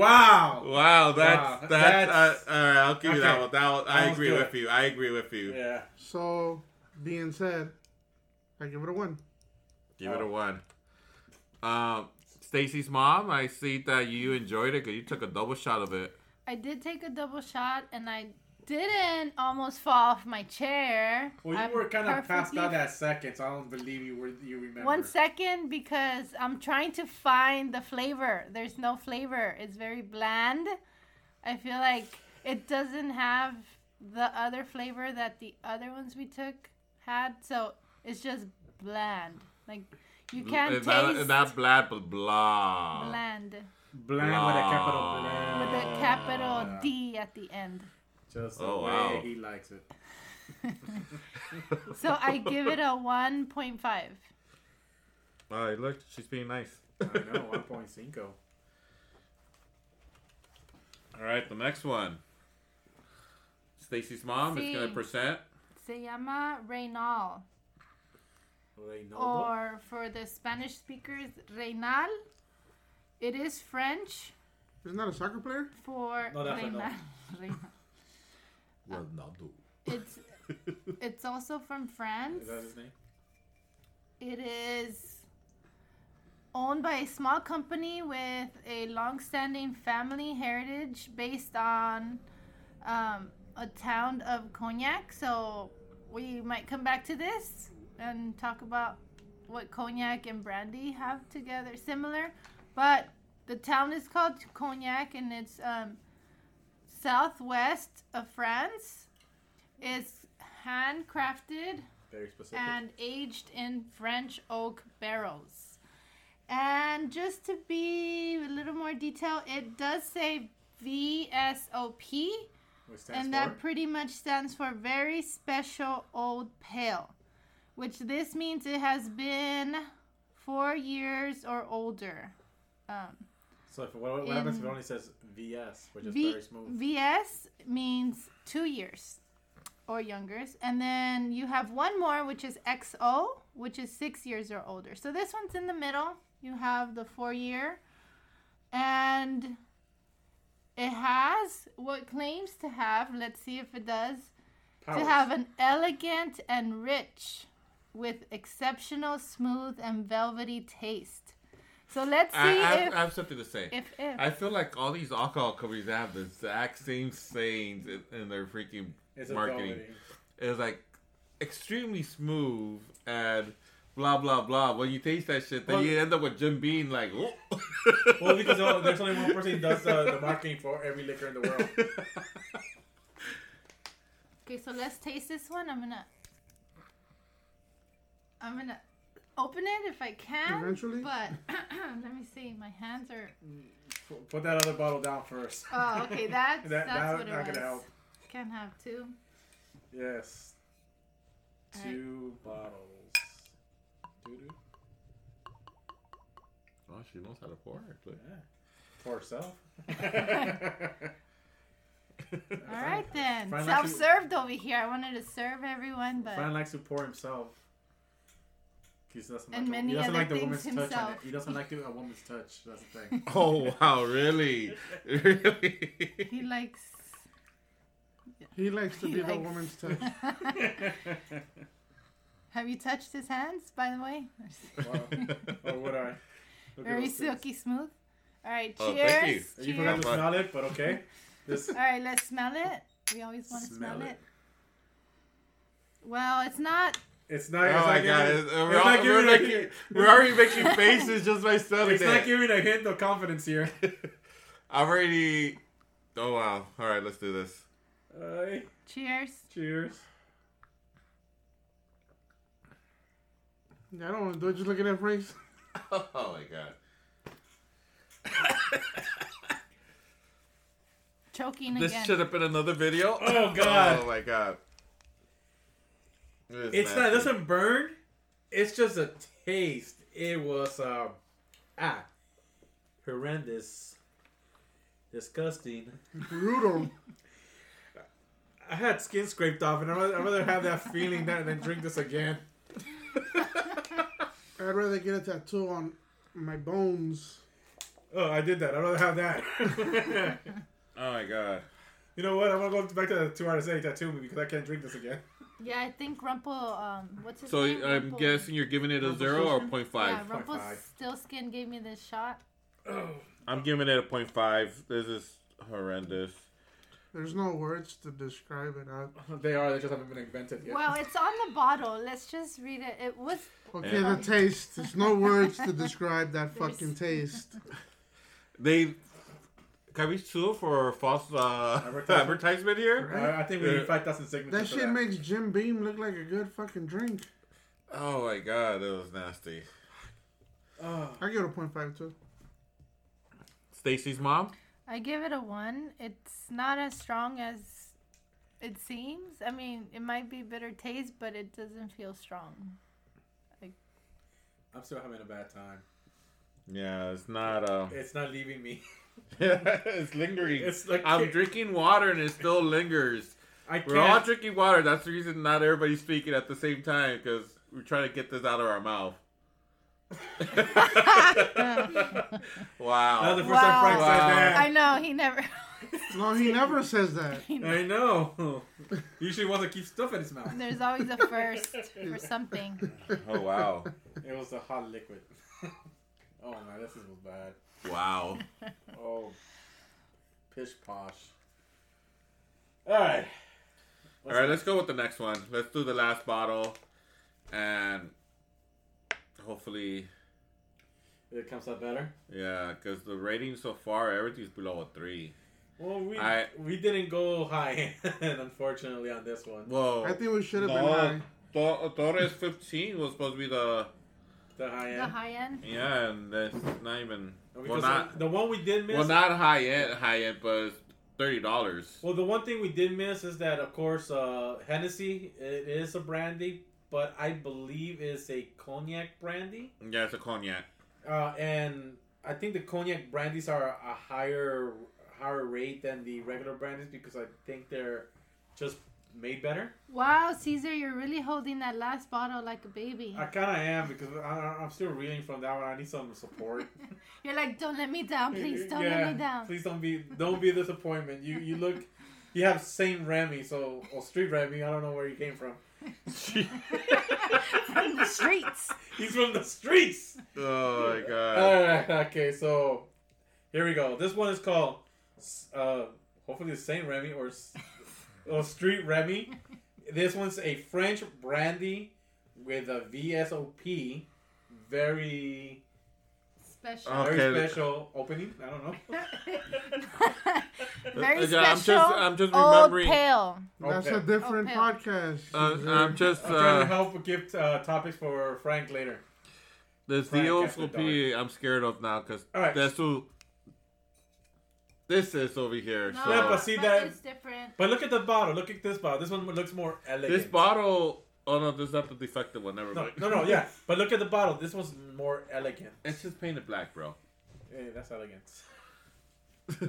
Wow, that's Wow, that's, that's- uh, all right. I'll give you that okay. one. That one, I That was agree good. with you. I agree with you. Yeah. So, being said, I give it a one. Give it Oh. a one. Um, Stacy's mom, I see that you enjoyed it because you took a double shot of it. I did take a double shot and I didn't almost fall off my chair. Well, you I'm were kind of passed perfectly out that second, so I don't believe you were. You remember? One second because I'm trying to find the flavor. There's no flavor. It's very bland. I feel like it doesn't have the other flavor that the other ones we took had. So it's just bland. Like you can't It's not, taste it's not blah, blah, blah. bland Bland with a capital bland. with a capital D at the end. Just the Oh, way wow. he likes it. So I give it a 1.5. All right, look, she's being nice. I (laughs) know. One point cinco. All right, the next one. Stacy's mom is gonna Sí. present. Se llama Reynal. Reynaldo. or for the Spanish speakers, Reynal. It is French Isn't that a soccer player? for No, that's a no. Reynal. (laughs) Reynal. Ronaldo. (laughs) It's it's also from France. Is that his name? It is owned by a small company with a long-standing family heritage based on um, a town of cognac. So we might come back to this and talk about what cognac and brandy have together similar, but the town is called cognac and it's um, southwest of France. It's handcrafted Very specific. and aged in French oak barrels. And just to be a little more detail, it does say VSOP, Which stands and for. that pretty much stands for Very Special Old Pale, which this means it has been four years or older. Um, So if, what, what In- happens if it only says VS, which is V- very smooth? VS means two years or younger. And then you have one more, which is XO, which is six years or older. So this one's in the middle. You have the four year. And it has what it claims to have, let's see if it does, to Powers. have an elegant and rich with exceptional, smooth, and velvety taste. So let's see I, I, have, if, I have something to say. if, if. I feel like all these alcohol companies have the exact same sayings in, in their freaking It's a marketing. velvety. It's like extremely smooth and blah blah blah. When you taste that shit, then Well- you end up with Jim Beam like. (laughs) "Whoa." Well, because uh, there's only one person who does uh, the marketing for every liquor in the (laughs) world. Okay, so let's taste this one. I'm gonna. I'm gonna open it if I can. Eventually. (laughs) But (clears throat) let me see. My hands are. P- Put that other bottle down first. Oh, (laughs) okay. That's That- that's that- what it not was. gonna help. Can't have two. Yes. Alright. Two bottles. Doo-doo. Oh, she knows how to pour. (laughs) actually. Yeah. For herself. (laughs) (laughs) All All right then. Fine, Self let's do- served over here. I wanted to serve everyone, but Fran likes to pour himself. He doesn't And like, many he doesn't other like the things woman's touch on it. himself. He doesn't (laughs) like to, a woman's touch. That's the thing. Oh wow! (laughs) Really, really. he likes. He likes to He be the likes- (laughs) woman's touch. (laughs) have you touched his hands, by (laughs) the way? Wow. or Oh, would I? Look at Very those things. silky smooth. All right. Oh, Cheers. thank you. You forgot to Cheers. But- smell it, but okay. Just All right, let's smell it. We always want to smell, Smell it. it. Well, it's not. it's not. Oh it's my not god! giving- it's- We're, it's all- not we're giving a making- hint. we're already making faces just by smelling It's not it. giving a hint of confidence (laughs) here. I'm already. Oh wow! All right, let's do this. (laughs) Aye. Cheers. cheers. Yeah, I don't want to do it. Just look at that face. (laughs) Oh my god! Choking This again. should have been another video. Oh, (laughs) God. Oh my god! It's not. It nasty. doesn't burn. It's just a taste. It was um, ah, horrendous, disgusting. Brutal. I had skin scraped off, and I'd rather, I'd rather have that feeling than than drink this again. I'd rather get a tattoo on my bones. Oh, I did that. I'd rather have that. (laughs) Oh my god! you know what? I'm gonna go back to the two hours a day tattoo me because I can't drink this again. (laughs) yeah, I think Rumpel. Um, what's his So name? I'm Rumpel- guessing you're giving it a zero or 0.5. Yeah, 5.5. Rumpel Stillskin gave me this shot. I'm giving it a 0.5. This is horrendous. There's no words to describe it. I, They are. They just haven't been invented yet. Well, it's on the bottle. Let's just read it. It was. okay, Yeah. the taste. There's no words to describe that fucking taste. They can we sue for false uh, Advertisement. (laughs) advertisement here? I, I think we need five thousand signatures. That for shit makes Jim Beam look like a good fucking drink. Oh my god, that was nasty. Oh, I give it a point five too. Stacy's mom. I give it a one. It's not as strong as it seems. I mean, it might be bitter taste, but it doesn't feel strong. I'm still having a bad time. Yeah, it's not. Uh, It's not leaving me. (laughs) (laughs) it's lingering. It's like I'm drinking water and it still lingers. I can't. We're all drinking water. That's the reason not everybody's speaking at the same time because we're trying to get this out of our mouth. (laughs) That was the wow. first time Frank Wow. said I that. know he never. (laughs) No, he never says that. he I know. Usually wants to keep stuff in his mouth. There's always a first for something. Oh wow. It was the hot liquid. (laughs) oh man, this is bad. (laughs) Wow. Oh, pish posh. All right. All right, let's go with the next one. Let's do the last bottle, and hopefully, It comes out better. yeah, because the rating so far, everything's below a three. Well, we I- we didn't go high, (laughs) unfortunately, on this one. Whoa! I think we should have been no, high. Tor- uh, Torres fifteen was supposed to be the The high end. The high end. yeah, and that's not even well Because not the one we did miss. well not high end high end, but it's thirty dollars. Well, the one thing we did miss is that, of course, uh, Hennessy it is a brandy, but I believe it's a cognac brandy, Yeah, it's a cognac. uh, and I think the cognac brandies are a higher higher rate than the regular brandies because I think they're just made better. Wow, Caesar, you're really holding that last bottle like a baby. I kind of am because I- I, I'm still reeling from that one. I need some (laughs) support. You're like, don't let me down, Oh, please, don't let me down. Please don't be don't be a disappointment. You you look you have Saint Remy, so or Street Remy, I don't know where he came (laughs) from. (laughs) (laughs) From the streets. He's from the streets. Oh my god. Alright, Ah, okay, so here we go. This one is called uh hopefully it's Saint Remy or S- or Street Remy. This one's a French brandy with a VSOP. Very Special. (laughs) Oh. very Okay. special opening. I don't know. (laughs) Very Uh, Yeah, I'm just- special. I'm just old remembering- pale. That's Okay. a different Okay. podcast. Uh, Caesar. I'm just I'm trying to uh, help give uh, topics for Frank later. this Frank VOSOP I'm scared of now because All right. that's who this is over here. No, so Yeah, but see but that- it's different. But look at the bottle. Look at this bottle. This one looks more elegant. this bottle. Oh no, this is not the defective one. Never No, mind. no, no, yeah. But look at the bottle. This one's more elegant. It's just painted black, bro. (laughs) Hey, that's elegance.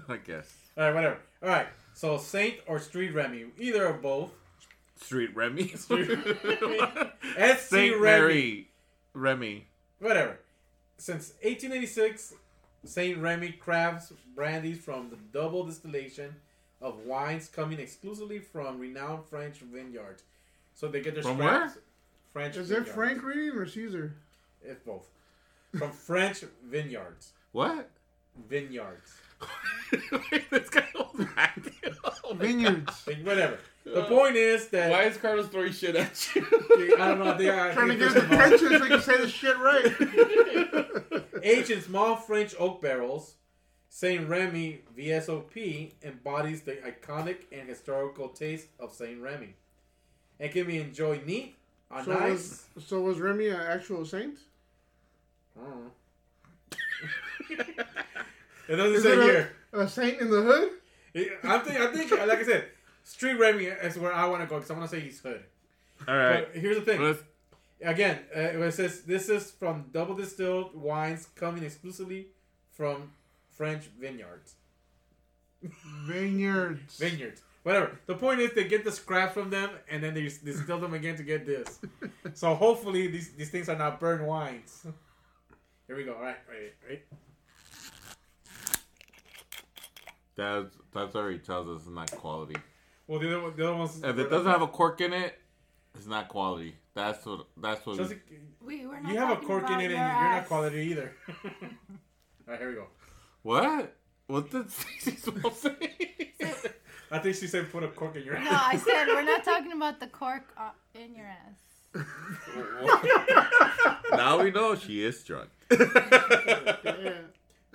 I guess. All right, whatever. All right. So Saint or Street Remy, either or both. Street Remy. (laughs) Street S. (laughs) C. Saint Remy. Mary Remy. Whatever. Since 1886, Saint Remy crafts brandies from the double distillation of wines coming exclusively from renowned French vineyards. So they get their From scraps. French. Is it vineyards. Frank reading or Caesar? It's both. (laughs) From French vineyards. What? (laughs) Vineyards. this guy holds back. Oh my Vineyards. Like, whatever. The Uh, point is that God. (laughs) Why is Carlos throwing shit at you? (laughs) (laughs) I don't know. They are (laughs) Trying to they- get his attention so he can say this shit right. (laughs) Aged in small French oak barrels, Saint Remy VSOP embodies the iconic and historical taste of Saint Remy, and can be enjoyed neat on So ice. was, so was Remy an actual saint? I don't know. (laughs) it doesn't Is say it a- here. A saint in the hood? I think. I think. Like I said, Street Remy is where I want to go because I want to say he's hood. All right. But here's the thing. Let's, again, uh, it says this is from double distilled wines coming exclusively from French vineyards. Vineyards. (laughs) Vineyards. Whatever. The point is, they get the scraps from them and then they s- distill them again to get (laughs) this. So hopefully, these, these things are not burned wines. Here we go. All right, right, right. that's, that's already tells us it's not quality. Well, the other, one- the other one's. If it doesn't have a cork in it, it's not quality. That's what. That's what. Chelsea, We were not you have a talking cork in about it and your you're not ass. quality (laughs) either. All right, here we go. What? What did (laughs) Cece supposed to say? I think she said put a cork in your. (laughs) No, I said we're not talking about the cork uh, in your ass. (laughs) now we know she is drunk. (laughs)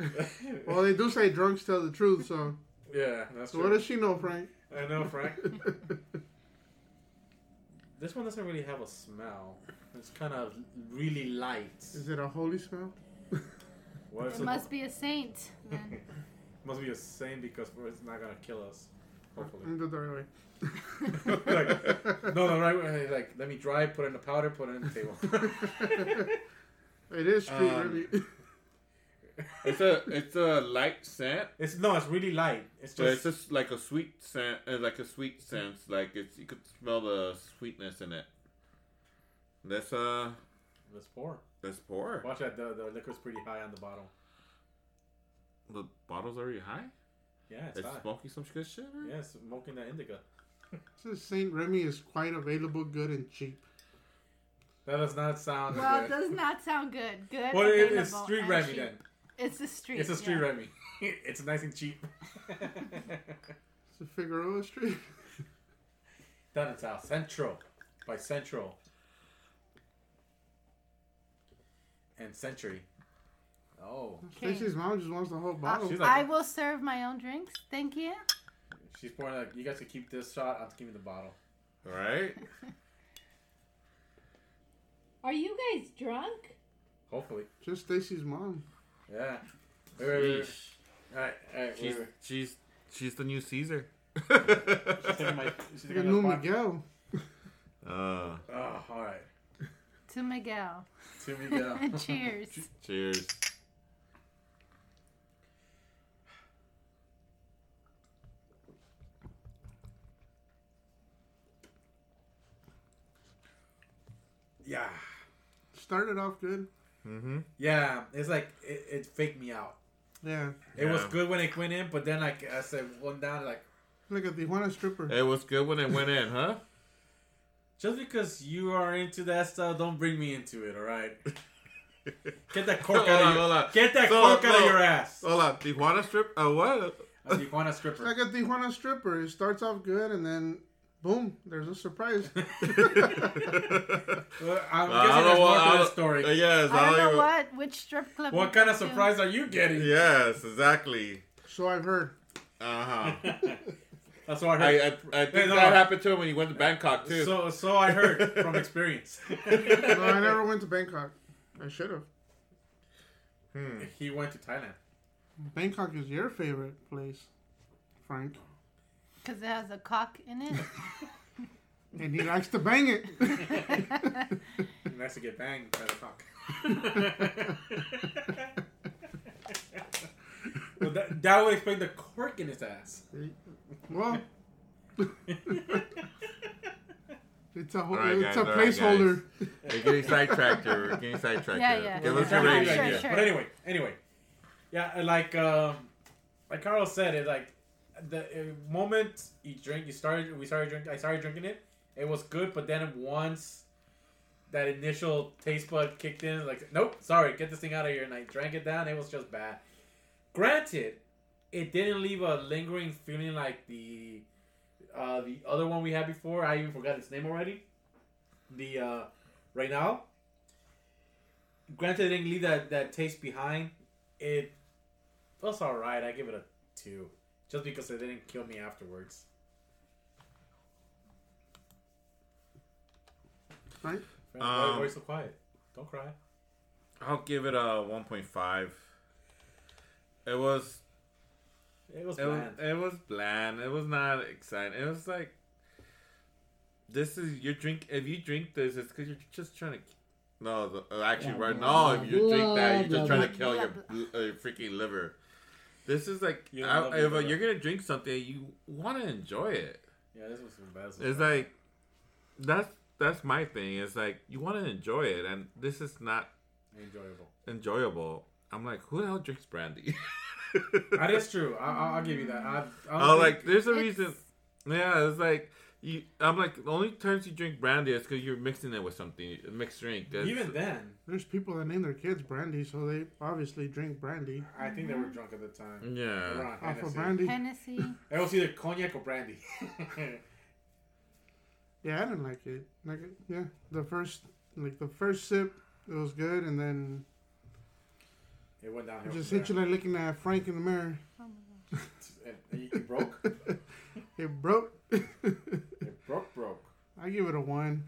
Yeah. Well, they do say drunks tell the truth, so. yeah, that's So true. what does she know, Frank? I know, (laughs) Frank. This one doesn't really have a smell. It's kind of really light. (laughs) Is it a holy smell? What is It must be a saint. Then. (laughs) must be a saint because it's not gonna kill us. Hopefully. I'm the right way. Like, no, no, right. way, Like, let me dry, put it in the powder, put it in the table. (laughs) (laughs) It is street Um, Remy. (laughs) It's a it's a light scent, it's no, it's really light. It's but it's just just like a sweet scent, uh, like a sweet sense. Like it's you could smell the sweetness in it. Let's uh let's pour. let's pour. Watch that. The, the liquor's pretty high on the bottle. The bottle's already high. Yeah, it's, It's high. smoking some good shit. right? Yeah, it's smoking that indica. Says Saint Remy is quite available, good, and cheap. That does not sound Well, it good. does not sound good. Good. Well, it is available, street and Remy cheap. then. It's a street. It's a street yeah. Remy. (laughs) it's nice and cheap. It's a Figueroa Street. (laughs) Done in South Central by Central and Century. Oh, Okay. Stacy's mom just wants the whole bottle. she's I like- will serve my own drinks. Thank you. she's pouring like you guys can keep this shot. I'll give you the bottle. All right. Are you guys drunk? Hopefully, just Stacy's mom. yeah. Wait, wait, wait, wait. Yeesh. All right, all right. She's wait, wait. she's she's the new Caesar. She's taking my. She's The taking new my. spot. Miguel. (laughs) uh, Oh, all right. To Miguel. To Miguel. (laughs) (laughs) Cheers. cheers. yeah, Started off good. Mm-hmm. yeah. It's like it, it faked me out. Yeah. It was Yeah. good when it went in, but then like I said, one down like Look at the Juana stripper. It was good when it went in, huh? just because you are into that stuff, don't bring me into it. All (laughs) right. Get that cork Hold out on, of hold your on. get that So, cork out so- of your ass. Hola, Tijuana strip. Uh, what? A Tijuana (laughs) stripper. (laughs) Look at the Juana stripper. It starts off good and then boom, there's a surprise. (laughs) Well, I'm I don't guessing know there's more what- to I the don't- story. Uh, yes, I don't know even- what which strip club. What you kind of go to. surprise are you getting? Yes, exactly. so I've heard. Uh huh. (laughs) That's what I, I heard. I, I think Wait, no, that no. happened to him when he went to Bangkok too. so, so I heard from experience. No, I never went to Bangkok. I should have. hmm. he went to Thailand. Bangkok is your favorite place, Frank. Because it has a cock (laughs) in it. And he likes to bang it. He likes to get banged by the cock. well, that, that would explain the cork in his ass. (laughs) well, (laughs) it's a, whole, All right, guys, it's a all right, guys. placeholder. You're getting sidetracked here. We're getting sidetracked Yeah, here. yeah. Give Yeah, us your yeah, rating. sure, yeah. sure. But anyway, anyway, yeah, and like um, like Carl said, it like the uh, moment you drink, you started, we started drinking. I started drinking it. It was good, but then once that initial taste bud kicked in, like nope, sorry, get this thing out of here, and I drank it down. It was just bad. Granted, it didn't leave a lingering feeling like the uh, the other one we had before. I even forgot its name already. The uh, right now granted, it didn't leave that, that taste behind. It was all right. I give it a two, just because it didn't kill me afterwards. Frank? Why, why are Um, you so quiet? Don't cry. I'll give it a 1.5. It was It was it was, bland. it was bland. It was not exciting. It was like this is your drink. If you drink this, it's because you're just trying to. No, the, uh, actually, Blah, right blah, now, if you blah, drink that, you're blah, just trying to blah, kill blah, your, blah. bl- uh, your freaking liver. This is like You I- love if liver. you're gonna drink something, you want to enjoy it. yeah, this was bad. This was It's bad. like that's that's my thing. It's like you want to enjoy it, and this is not enjoyable. enjoyable. I'm like, who the hell drinks brandy? (laughs) that is true. I, I'll, I'll give you that. I, I don't Oh, think- like there's a (laughs) It's- reason. Yeah, it's like you. I'm like the only times you drink brandy is because you're mixing it with something, a mixed drink. That's, even then, There's people that name their kids Brandy, so they obviously drink brandy. I think they were drunk at the time. They were yeah, on Off of Hennessy. brandy. Hennessy. It was either cognac or brandy. (laughs) Yeah, I didn't like it. Like, yeah, the first, like the first sip, it was good, and then it went it downhill. just from hit you like looking at Frank in the mirror. there. And you- you broke. It broke. It broke, (laughs) broke. I give it a one.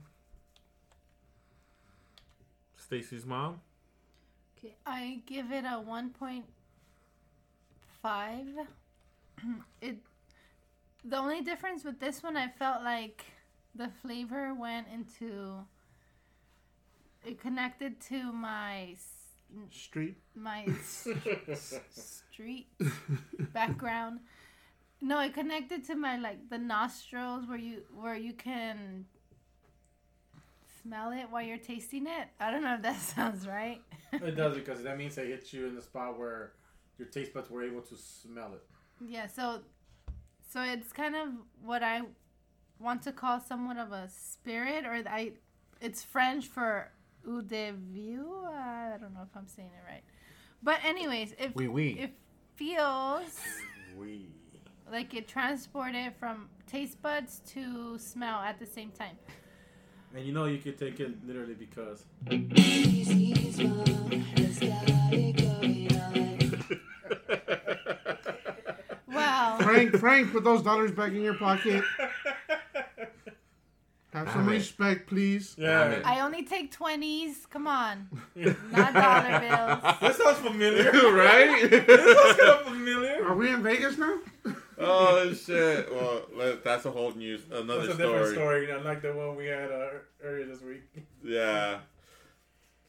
Stacy's mom. Okay, I give it a 1.5. (clears throat) it the only difference with this one I felt like the flavor went into it connected to my s- Street. (laughs) my s- street background. No, it connected to my like the nostrils where you where you can smell it while you're tasting it. I don't know if that (laughs) sounds right. It does because that means it hits you in the spot where your taste buds were able to smell it. Yeah, so so it's kind of what I want to call somewhat of a spirit or I it's French for eau de vue. I don't know if I'm saying it right. But anyways, if We oui, it feels We. like it transported from taste buds to smell at the same time. And you know you could take it literally because Wow. Frank, Frank, put those dollars back in your pocket. Have some Damn it. respect, please. Damn I only take 20s. Come on. Not dollar (laughs) bills. That sounds familiar. (laughs) That right? sounds familiar. Are we in Vegas now? oh shit! Well, let- that's a whole news, That's another a story. different story, unlike the one we had uh, earlier this week. Yeah.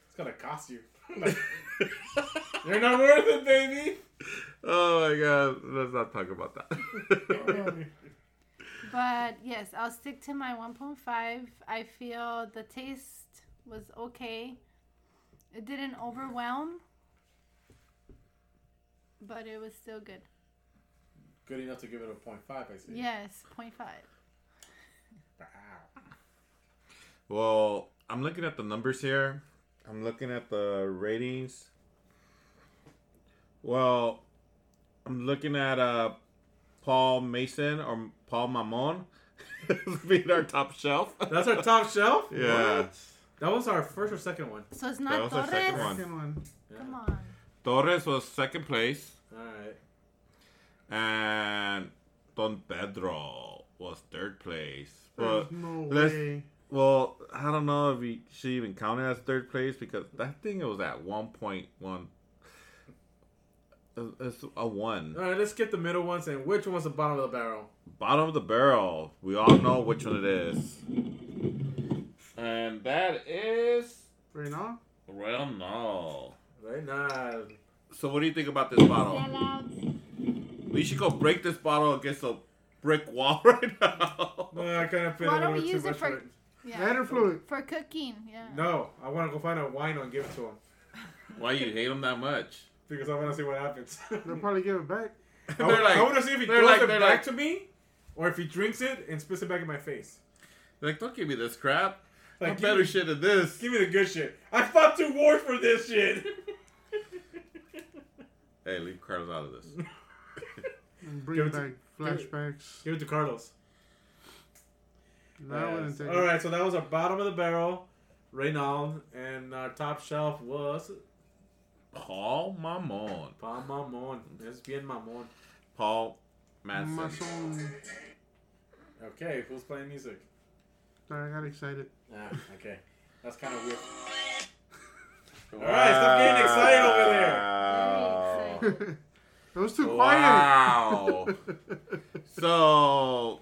It's gonna cost you. (laughs) Like, you're not worth it, baby. oh my god! Let's not talk about (laughs) that. But yes, I'll stick to my 1.5. I feel the taste was okay. It didn't overwhelm, but it was still good. Good enough to give it a 0.5, I see. Yes, 0.5. Wow. Well, I'm looking at the numbers here. I'm looking at the ratings. Well, I'm looking at uh, Paul Mason or Paul Mamon (laughs) being our top shelf. (laughs) That's our top shelf? Yeah. What? That was our first or second one. So it's That not was our second Torres. one. Second one. Yeah. Come on. Torres was second place, All right. and Don Pedro was third place. There's But no let's- way. well, I don't know if he, she even counted as third place because that thing was at one point one. It's a one. All right, let's get the middle ones and which one's the bottom of the barrel? Bottom of the barrel. We all know which one it is. And that is Right now? Well no. Right now. So what do you think about this bottle? Sellouts. We should go break this bottle against a brick wall (laughs) right now. No, I can't fit Why it don't in we too use it much for- weight. Yeah. Lighter fluid. For cooking, yeah. No, I want to go find a wino and give it to him Why you hate him that much? because I want to see what (laughs) happens. (laughs) They'll probably give it back. I, They're like- want to see if he they're throws like- it they're back like- to me, or if he drinks it and spits it back in my face. Like, don't give me this crap. Like, I'm give better me- shit than this. Give me the good shit. I fought two wars for this (laughs) shit. Hey, leave Carlos out of this. And bring Give it back give it- flashbacks. give it to Carlos. No, I wouldn't take All it. right, so that was our bottom of the barrel, Reynald, and our top shelf was Paul Mamon. Pa Mamon. It's bien Mamon. Paul Manson. Muscle. Okay, who's playing music? Sorry, I got excited. Ah, okay. That's kind (laughs) of weird. All right, stop getting excited over there. Wow. Very (laughs) it was too Wow. quiet. (laughs) so,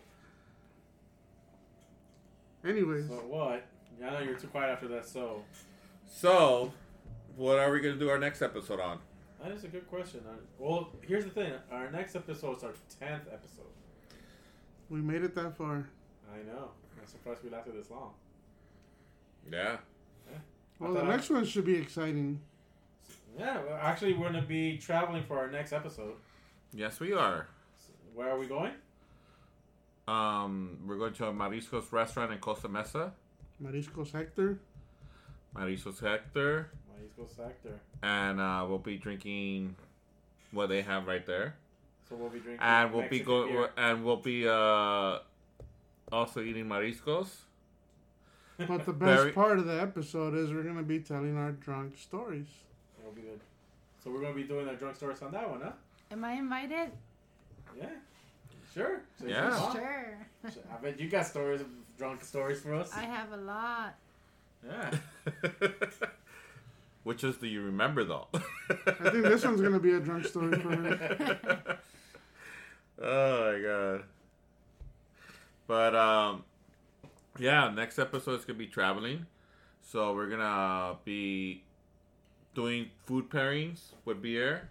Anyways, So what? Yeah, I know you're too quiet after that, so. so, what are we gonna do our next episode on? That is a good question. I- Well, here's the thing. Our next episode is our 10th episode. we made it that far. I know. I'm surprised we lasted this long. Yeah. Well, the thought I- next one should be exciting. Yeah, well, actually, we're going to be traveling for our next episode. Yes, we are. S- Where are we going? Um, we're going to a Mariscos restaurant in Costa Mesa. Marisco Sector. Mariscos Hector, Marisco Sector. and uh, we'll be drinking what they have right there, So we'll be drinking. and Ah, we'll Mexican be go beer. and we'll be uh, also eating mariscos. But the best Very- part of the episode is we're gonna be telling our drunk stories. That'll be good. So we're going to be doing our drunk stories on that one, huh? Am I invited? Yeah. Sure. So you Yeah. should come. Sure. I bet you got stories, of drunk stories for us. I have a lot. yeah. (laughs) Which is do you remember though? (laughs) I think this one's gonna be a drunk story for her. (laughs) oh my god! But um, yeah, next episode is gonna be traveling, so we're gonna be doing food pairings with beer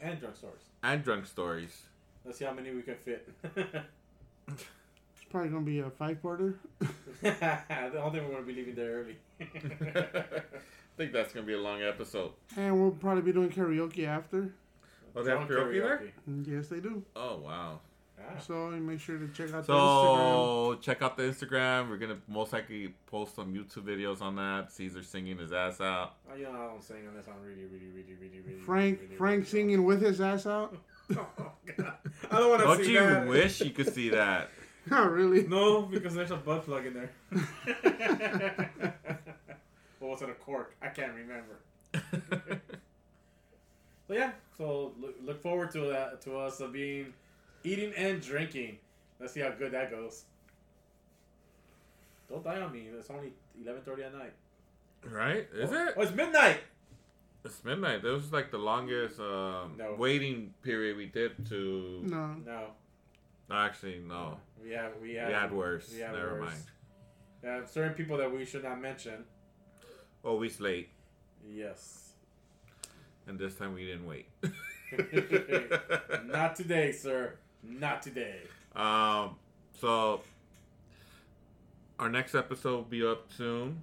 And drunk stories. and drunk stories. (laughs) Let's see how many we can fit. (laughs) It's probably gonna be a five-parter. I don't think we're going to be leaving there early. (laughs) I think that's gonna be a long episode. And we'll probably be doing karaoke after. Oh, they have Drunk karaoke there? And Yes, they do. Oh wow! Yeah. So make sure to check out the Instagram. So check out the Instagram. We're gonna most likely post some YouTube videos on that. Caesar singing his ass out. Oh, you know, I don't sing unless I'm really, really, really, really, really. Frank, really, Frank really singing with his ass out. (laughs) drunk. (laughs) Oh, God. I don't want to Don't see you that. wish you could see (laughs) that? Not really. No, because there's a butt plug in there. (laughs) what was it? A cork? I can't remember. But yeah, so look, look forward to that to us of being eating and drinking. Let's see how good that goes. Don't die on me. It's only eleven thirty at night. right? Is Oh, it? it's midnight. It's midnight. That was like the longest um, No. waiting period we did to. No. No, Actually, no. we have we have Oh. We had worse. we had Never worse. mind. Yeah, Uh, certain people that we should not mention. Always late, Yes, and this time we didn't wait. (laughs) (laughs) not today, sir. Not today. Um, so our next episode will be up soon.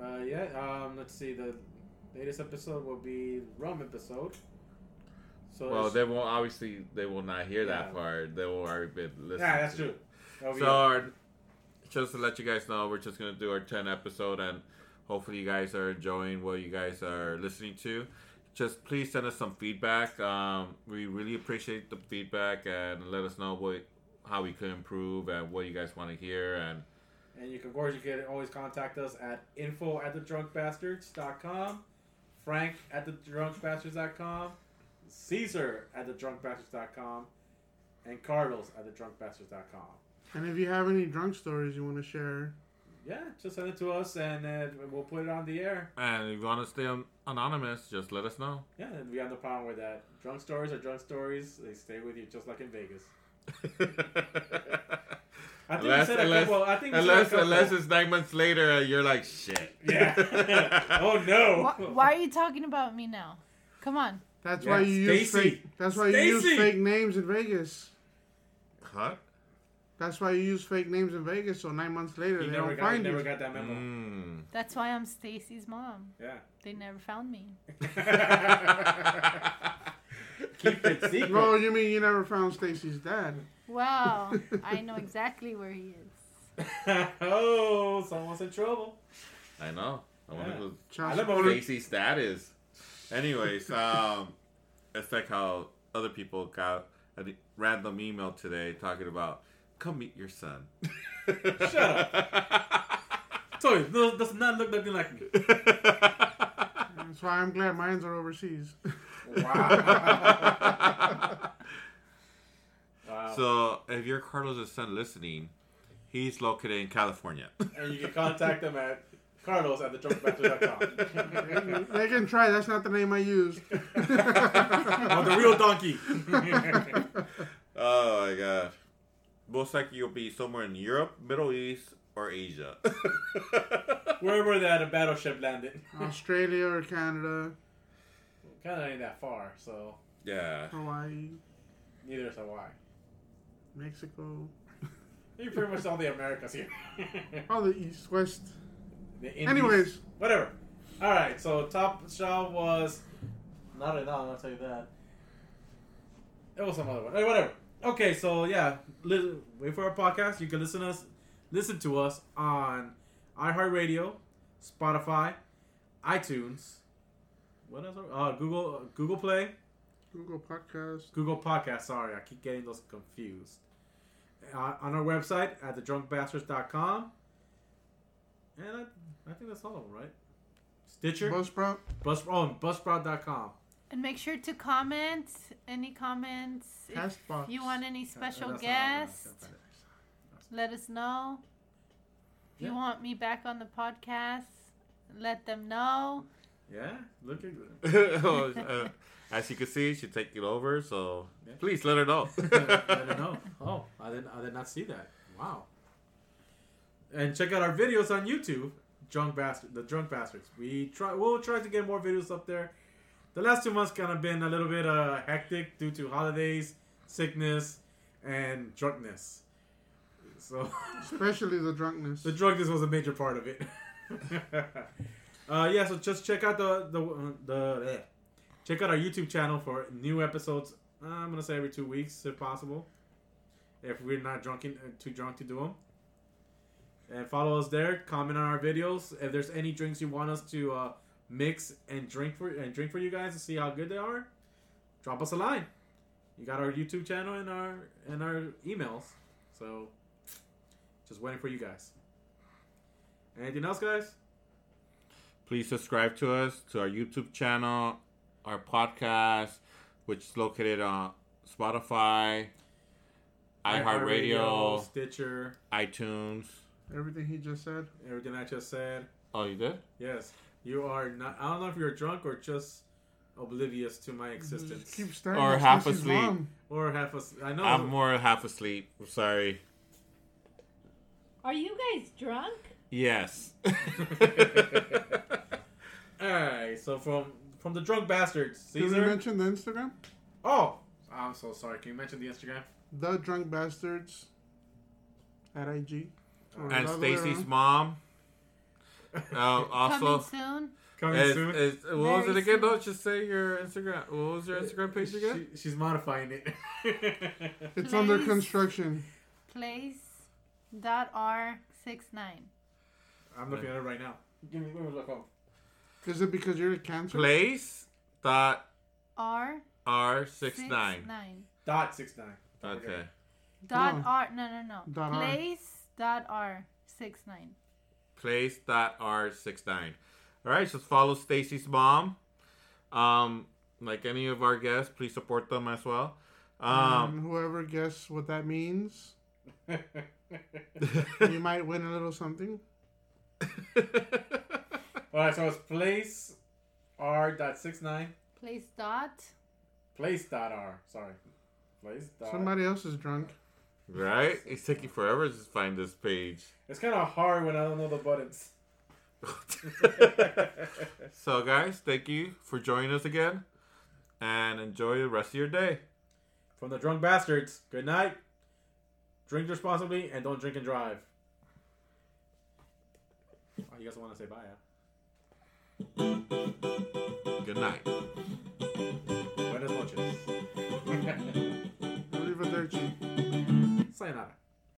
Uh, yeah. Um, let's see. The latest episode will be rum episode. So well, it's- they won't obviously they will not hear that Yeah. part. They will already been listening. yeah, Ah, that's to it. true. That'll be So uh, it. our, just to let you guys know, we're just gonna do our 10 episode, and hopefully you guys are enjoying what you guys are listening to. Just please send us some feedback. Um, we really appreciate the feedback and let us know what how we could improve and what you guys want to hear. And And you can, of course, you can always contact us at info at the drunkbastards.com, frank at the drunkbastards.com, Caesar at the drunkbastards.com, and Carlos at the drunkbastards.com. And if you have any drunk stories you want to share, Yeah, just send it to us and uh, we'll put it on the air. and if you want to stay un- anonymous, just let us know. Yeah, and we have no problem with that. Drunk stories are drunk stories. They stay with you just like in Vegas. I think Unless- we said a unless- couple. I think we unless said a couple. unless it's nine months later, and you're like shit. (laughs) yeah. (laughs) oh no. Why, why are you talking about me now? Come on. that's Yeah, why you use Stacy. fake. That's why you use Stacy. fake names in Vegas. (laughs) Huh? That's why you use fake names in Vegas. So nine months later, He they never don't got. He find never you. got that memo. (laughs) Mm. That's why I'm Stacy's mom. Yeah. They never found me. Keep it secret. No, Oh, (laughs) you mean you never found Stacy's dad? Well, I know exactly where he is. oh, someone's in trouble. I know. I wonder Yeah. who Child I love support. Only- Stacy status. Anyways, um, it's like how other people got a random email today talking about come meet your son. Shut up. (laughs) Sorry, no, does not look nothing like me. That's why I'm glad mines are overseas. (laughs) (laughs) wow. so, if you're Carlos' son listening, he's located in California. (laughs) and you can (laughs) contact them at Carlos at the drunkmaster.com. they, can, they can try. That's not the name I used. I'm the real donkey. Oh my god. Most likely you'll be somewhere in Europe, Middle East, or Asia. (laughs) Wherever that a battleship landed. Oh. (laughs) Australia or Canada, Kind of ain't that far, so (laughs) yeah. (laughs) Hawaii, neither is Hawaii. Mexico, You pretty much all the Americas here. (laughs) all the East West. The Indies. Anyways, Whatever. All right. So top shelf was not right now. I'll tell you that. It was some other one. Hey, whatever. Okay. So yeah, li- wait for our podcast. You can listen us, listen to us on iHeartRadio, Spotify, iTunes. What else? are- Uh, Google Google Play. Google Podcast. Google Podcast. Sorry, I keep getting those confused. Uh, on our website at thedrunkbastards.com. And I, I think that's all of them, right? Stitcher, Bus, Buzzsprout. oh, and Buzzsprout.com. And make sure to comment any comments. If Castbox. you want any Sorry, special Uh, that's not all of them. guests, let us know. If Yeah. you want me back on the podcast, let them know. Yeah, look at Uh, as you can see, she take it over, so Yeah. please let her know. I don't know. (laughs) Oh, I didn't. I did not see that. Wow. And check out our videos on YouTube, Drunk Bastard, the Drunk Bastards. We try. We'll try to get more videos up there. The last two months kind of been a little bit uh, hectic due to holidays, sickness, and drunkenness. So (laughs) Especially the drunkenness. the drunkenness was a major part of it. (laughs) uh, yeah, so just check out the the uh, the eh. check out our YouTube channel for new episodes. uh, I'm gonna say every two weeks if possible, if we're not drunken uh, too drunk to do them. And follow us there. Comment on our videos. If there's any drinks you want us to uh, mix and drink for and drink for you guys to see how good they are, drop us a line. You got our YouTube channel and our and our emails. So just waiting for you guys. Anything else, guys? please subscribe to us, to our YouTube channel, our podcast, which is located on Spotify, iHeartRadio, Stitcher, iTunes. Everything he just said. everything I just said. Oh, you did? Yes, you are not. I don't know if you're drunk or just oblivious to my existence, Keep staring. Or at half Stacy's asleep. mom. (laughs) or half us. I know. (laughs) I'm more half asleep. Sorry. Are you guys drunk? Yes. All right, so from from the drunk bastards, Did we Caesar. mention the Instagram? oh, I'm so sorry. Can you mention the Instagram? The drunk bastards. At IG. Or and the other way Stacy's around. mom Um, also, Coming soon. Coming it's, soon. it's, what was it Very again? soon. Don't just say your Instagram. What was your Instagram page again? She, she's modifying it. (laughs) It's under Please. construction. Place dot r six nine. I'm looking at it right now. Give me, give me a look. Oh, Is it because you're a cancer? Place dot R r six six nine. nine. dot six nine. Okay. Dot No. R no no no. Dot R. Place dot R six nine. Place dot r six nine. All right. So follow Stacy's mom. Um, like any of our guests, please support them as well. Um, Um, whoever guesses what that means, (laughs) all you might win a little something. All right, so it's place r dot six nine Place dot place dot r. Sorry, place dot. Somebody else is drunk. (laughs) right. It's taking forever to find this page. It's kind of hard when I don't know the buttons. (laughs) so, guys, thank you for joining us again, and enjoy the rest of your day. From the drunk bastards. Good night. Drink responsibly and don't drink and drive. Oh, you guys want to say bye? Huh? Good night. Buenas noches. Arrivederci. (laughs) Sayonara.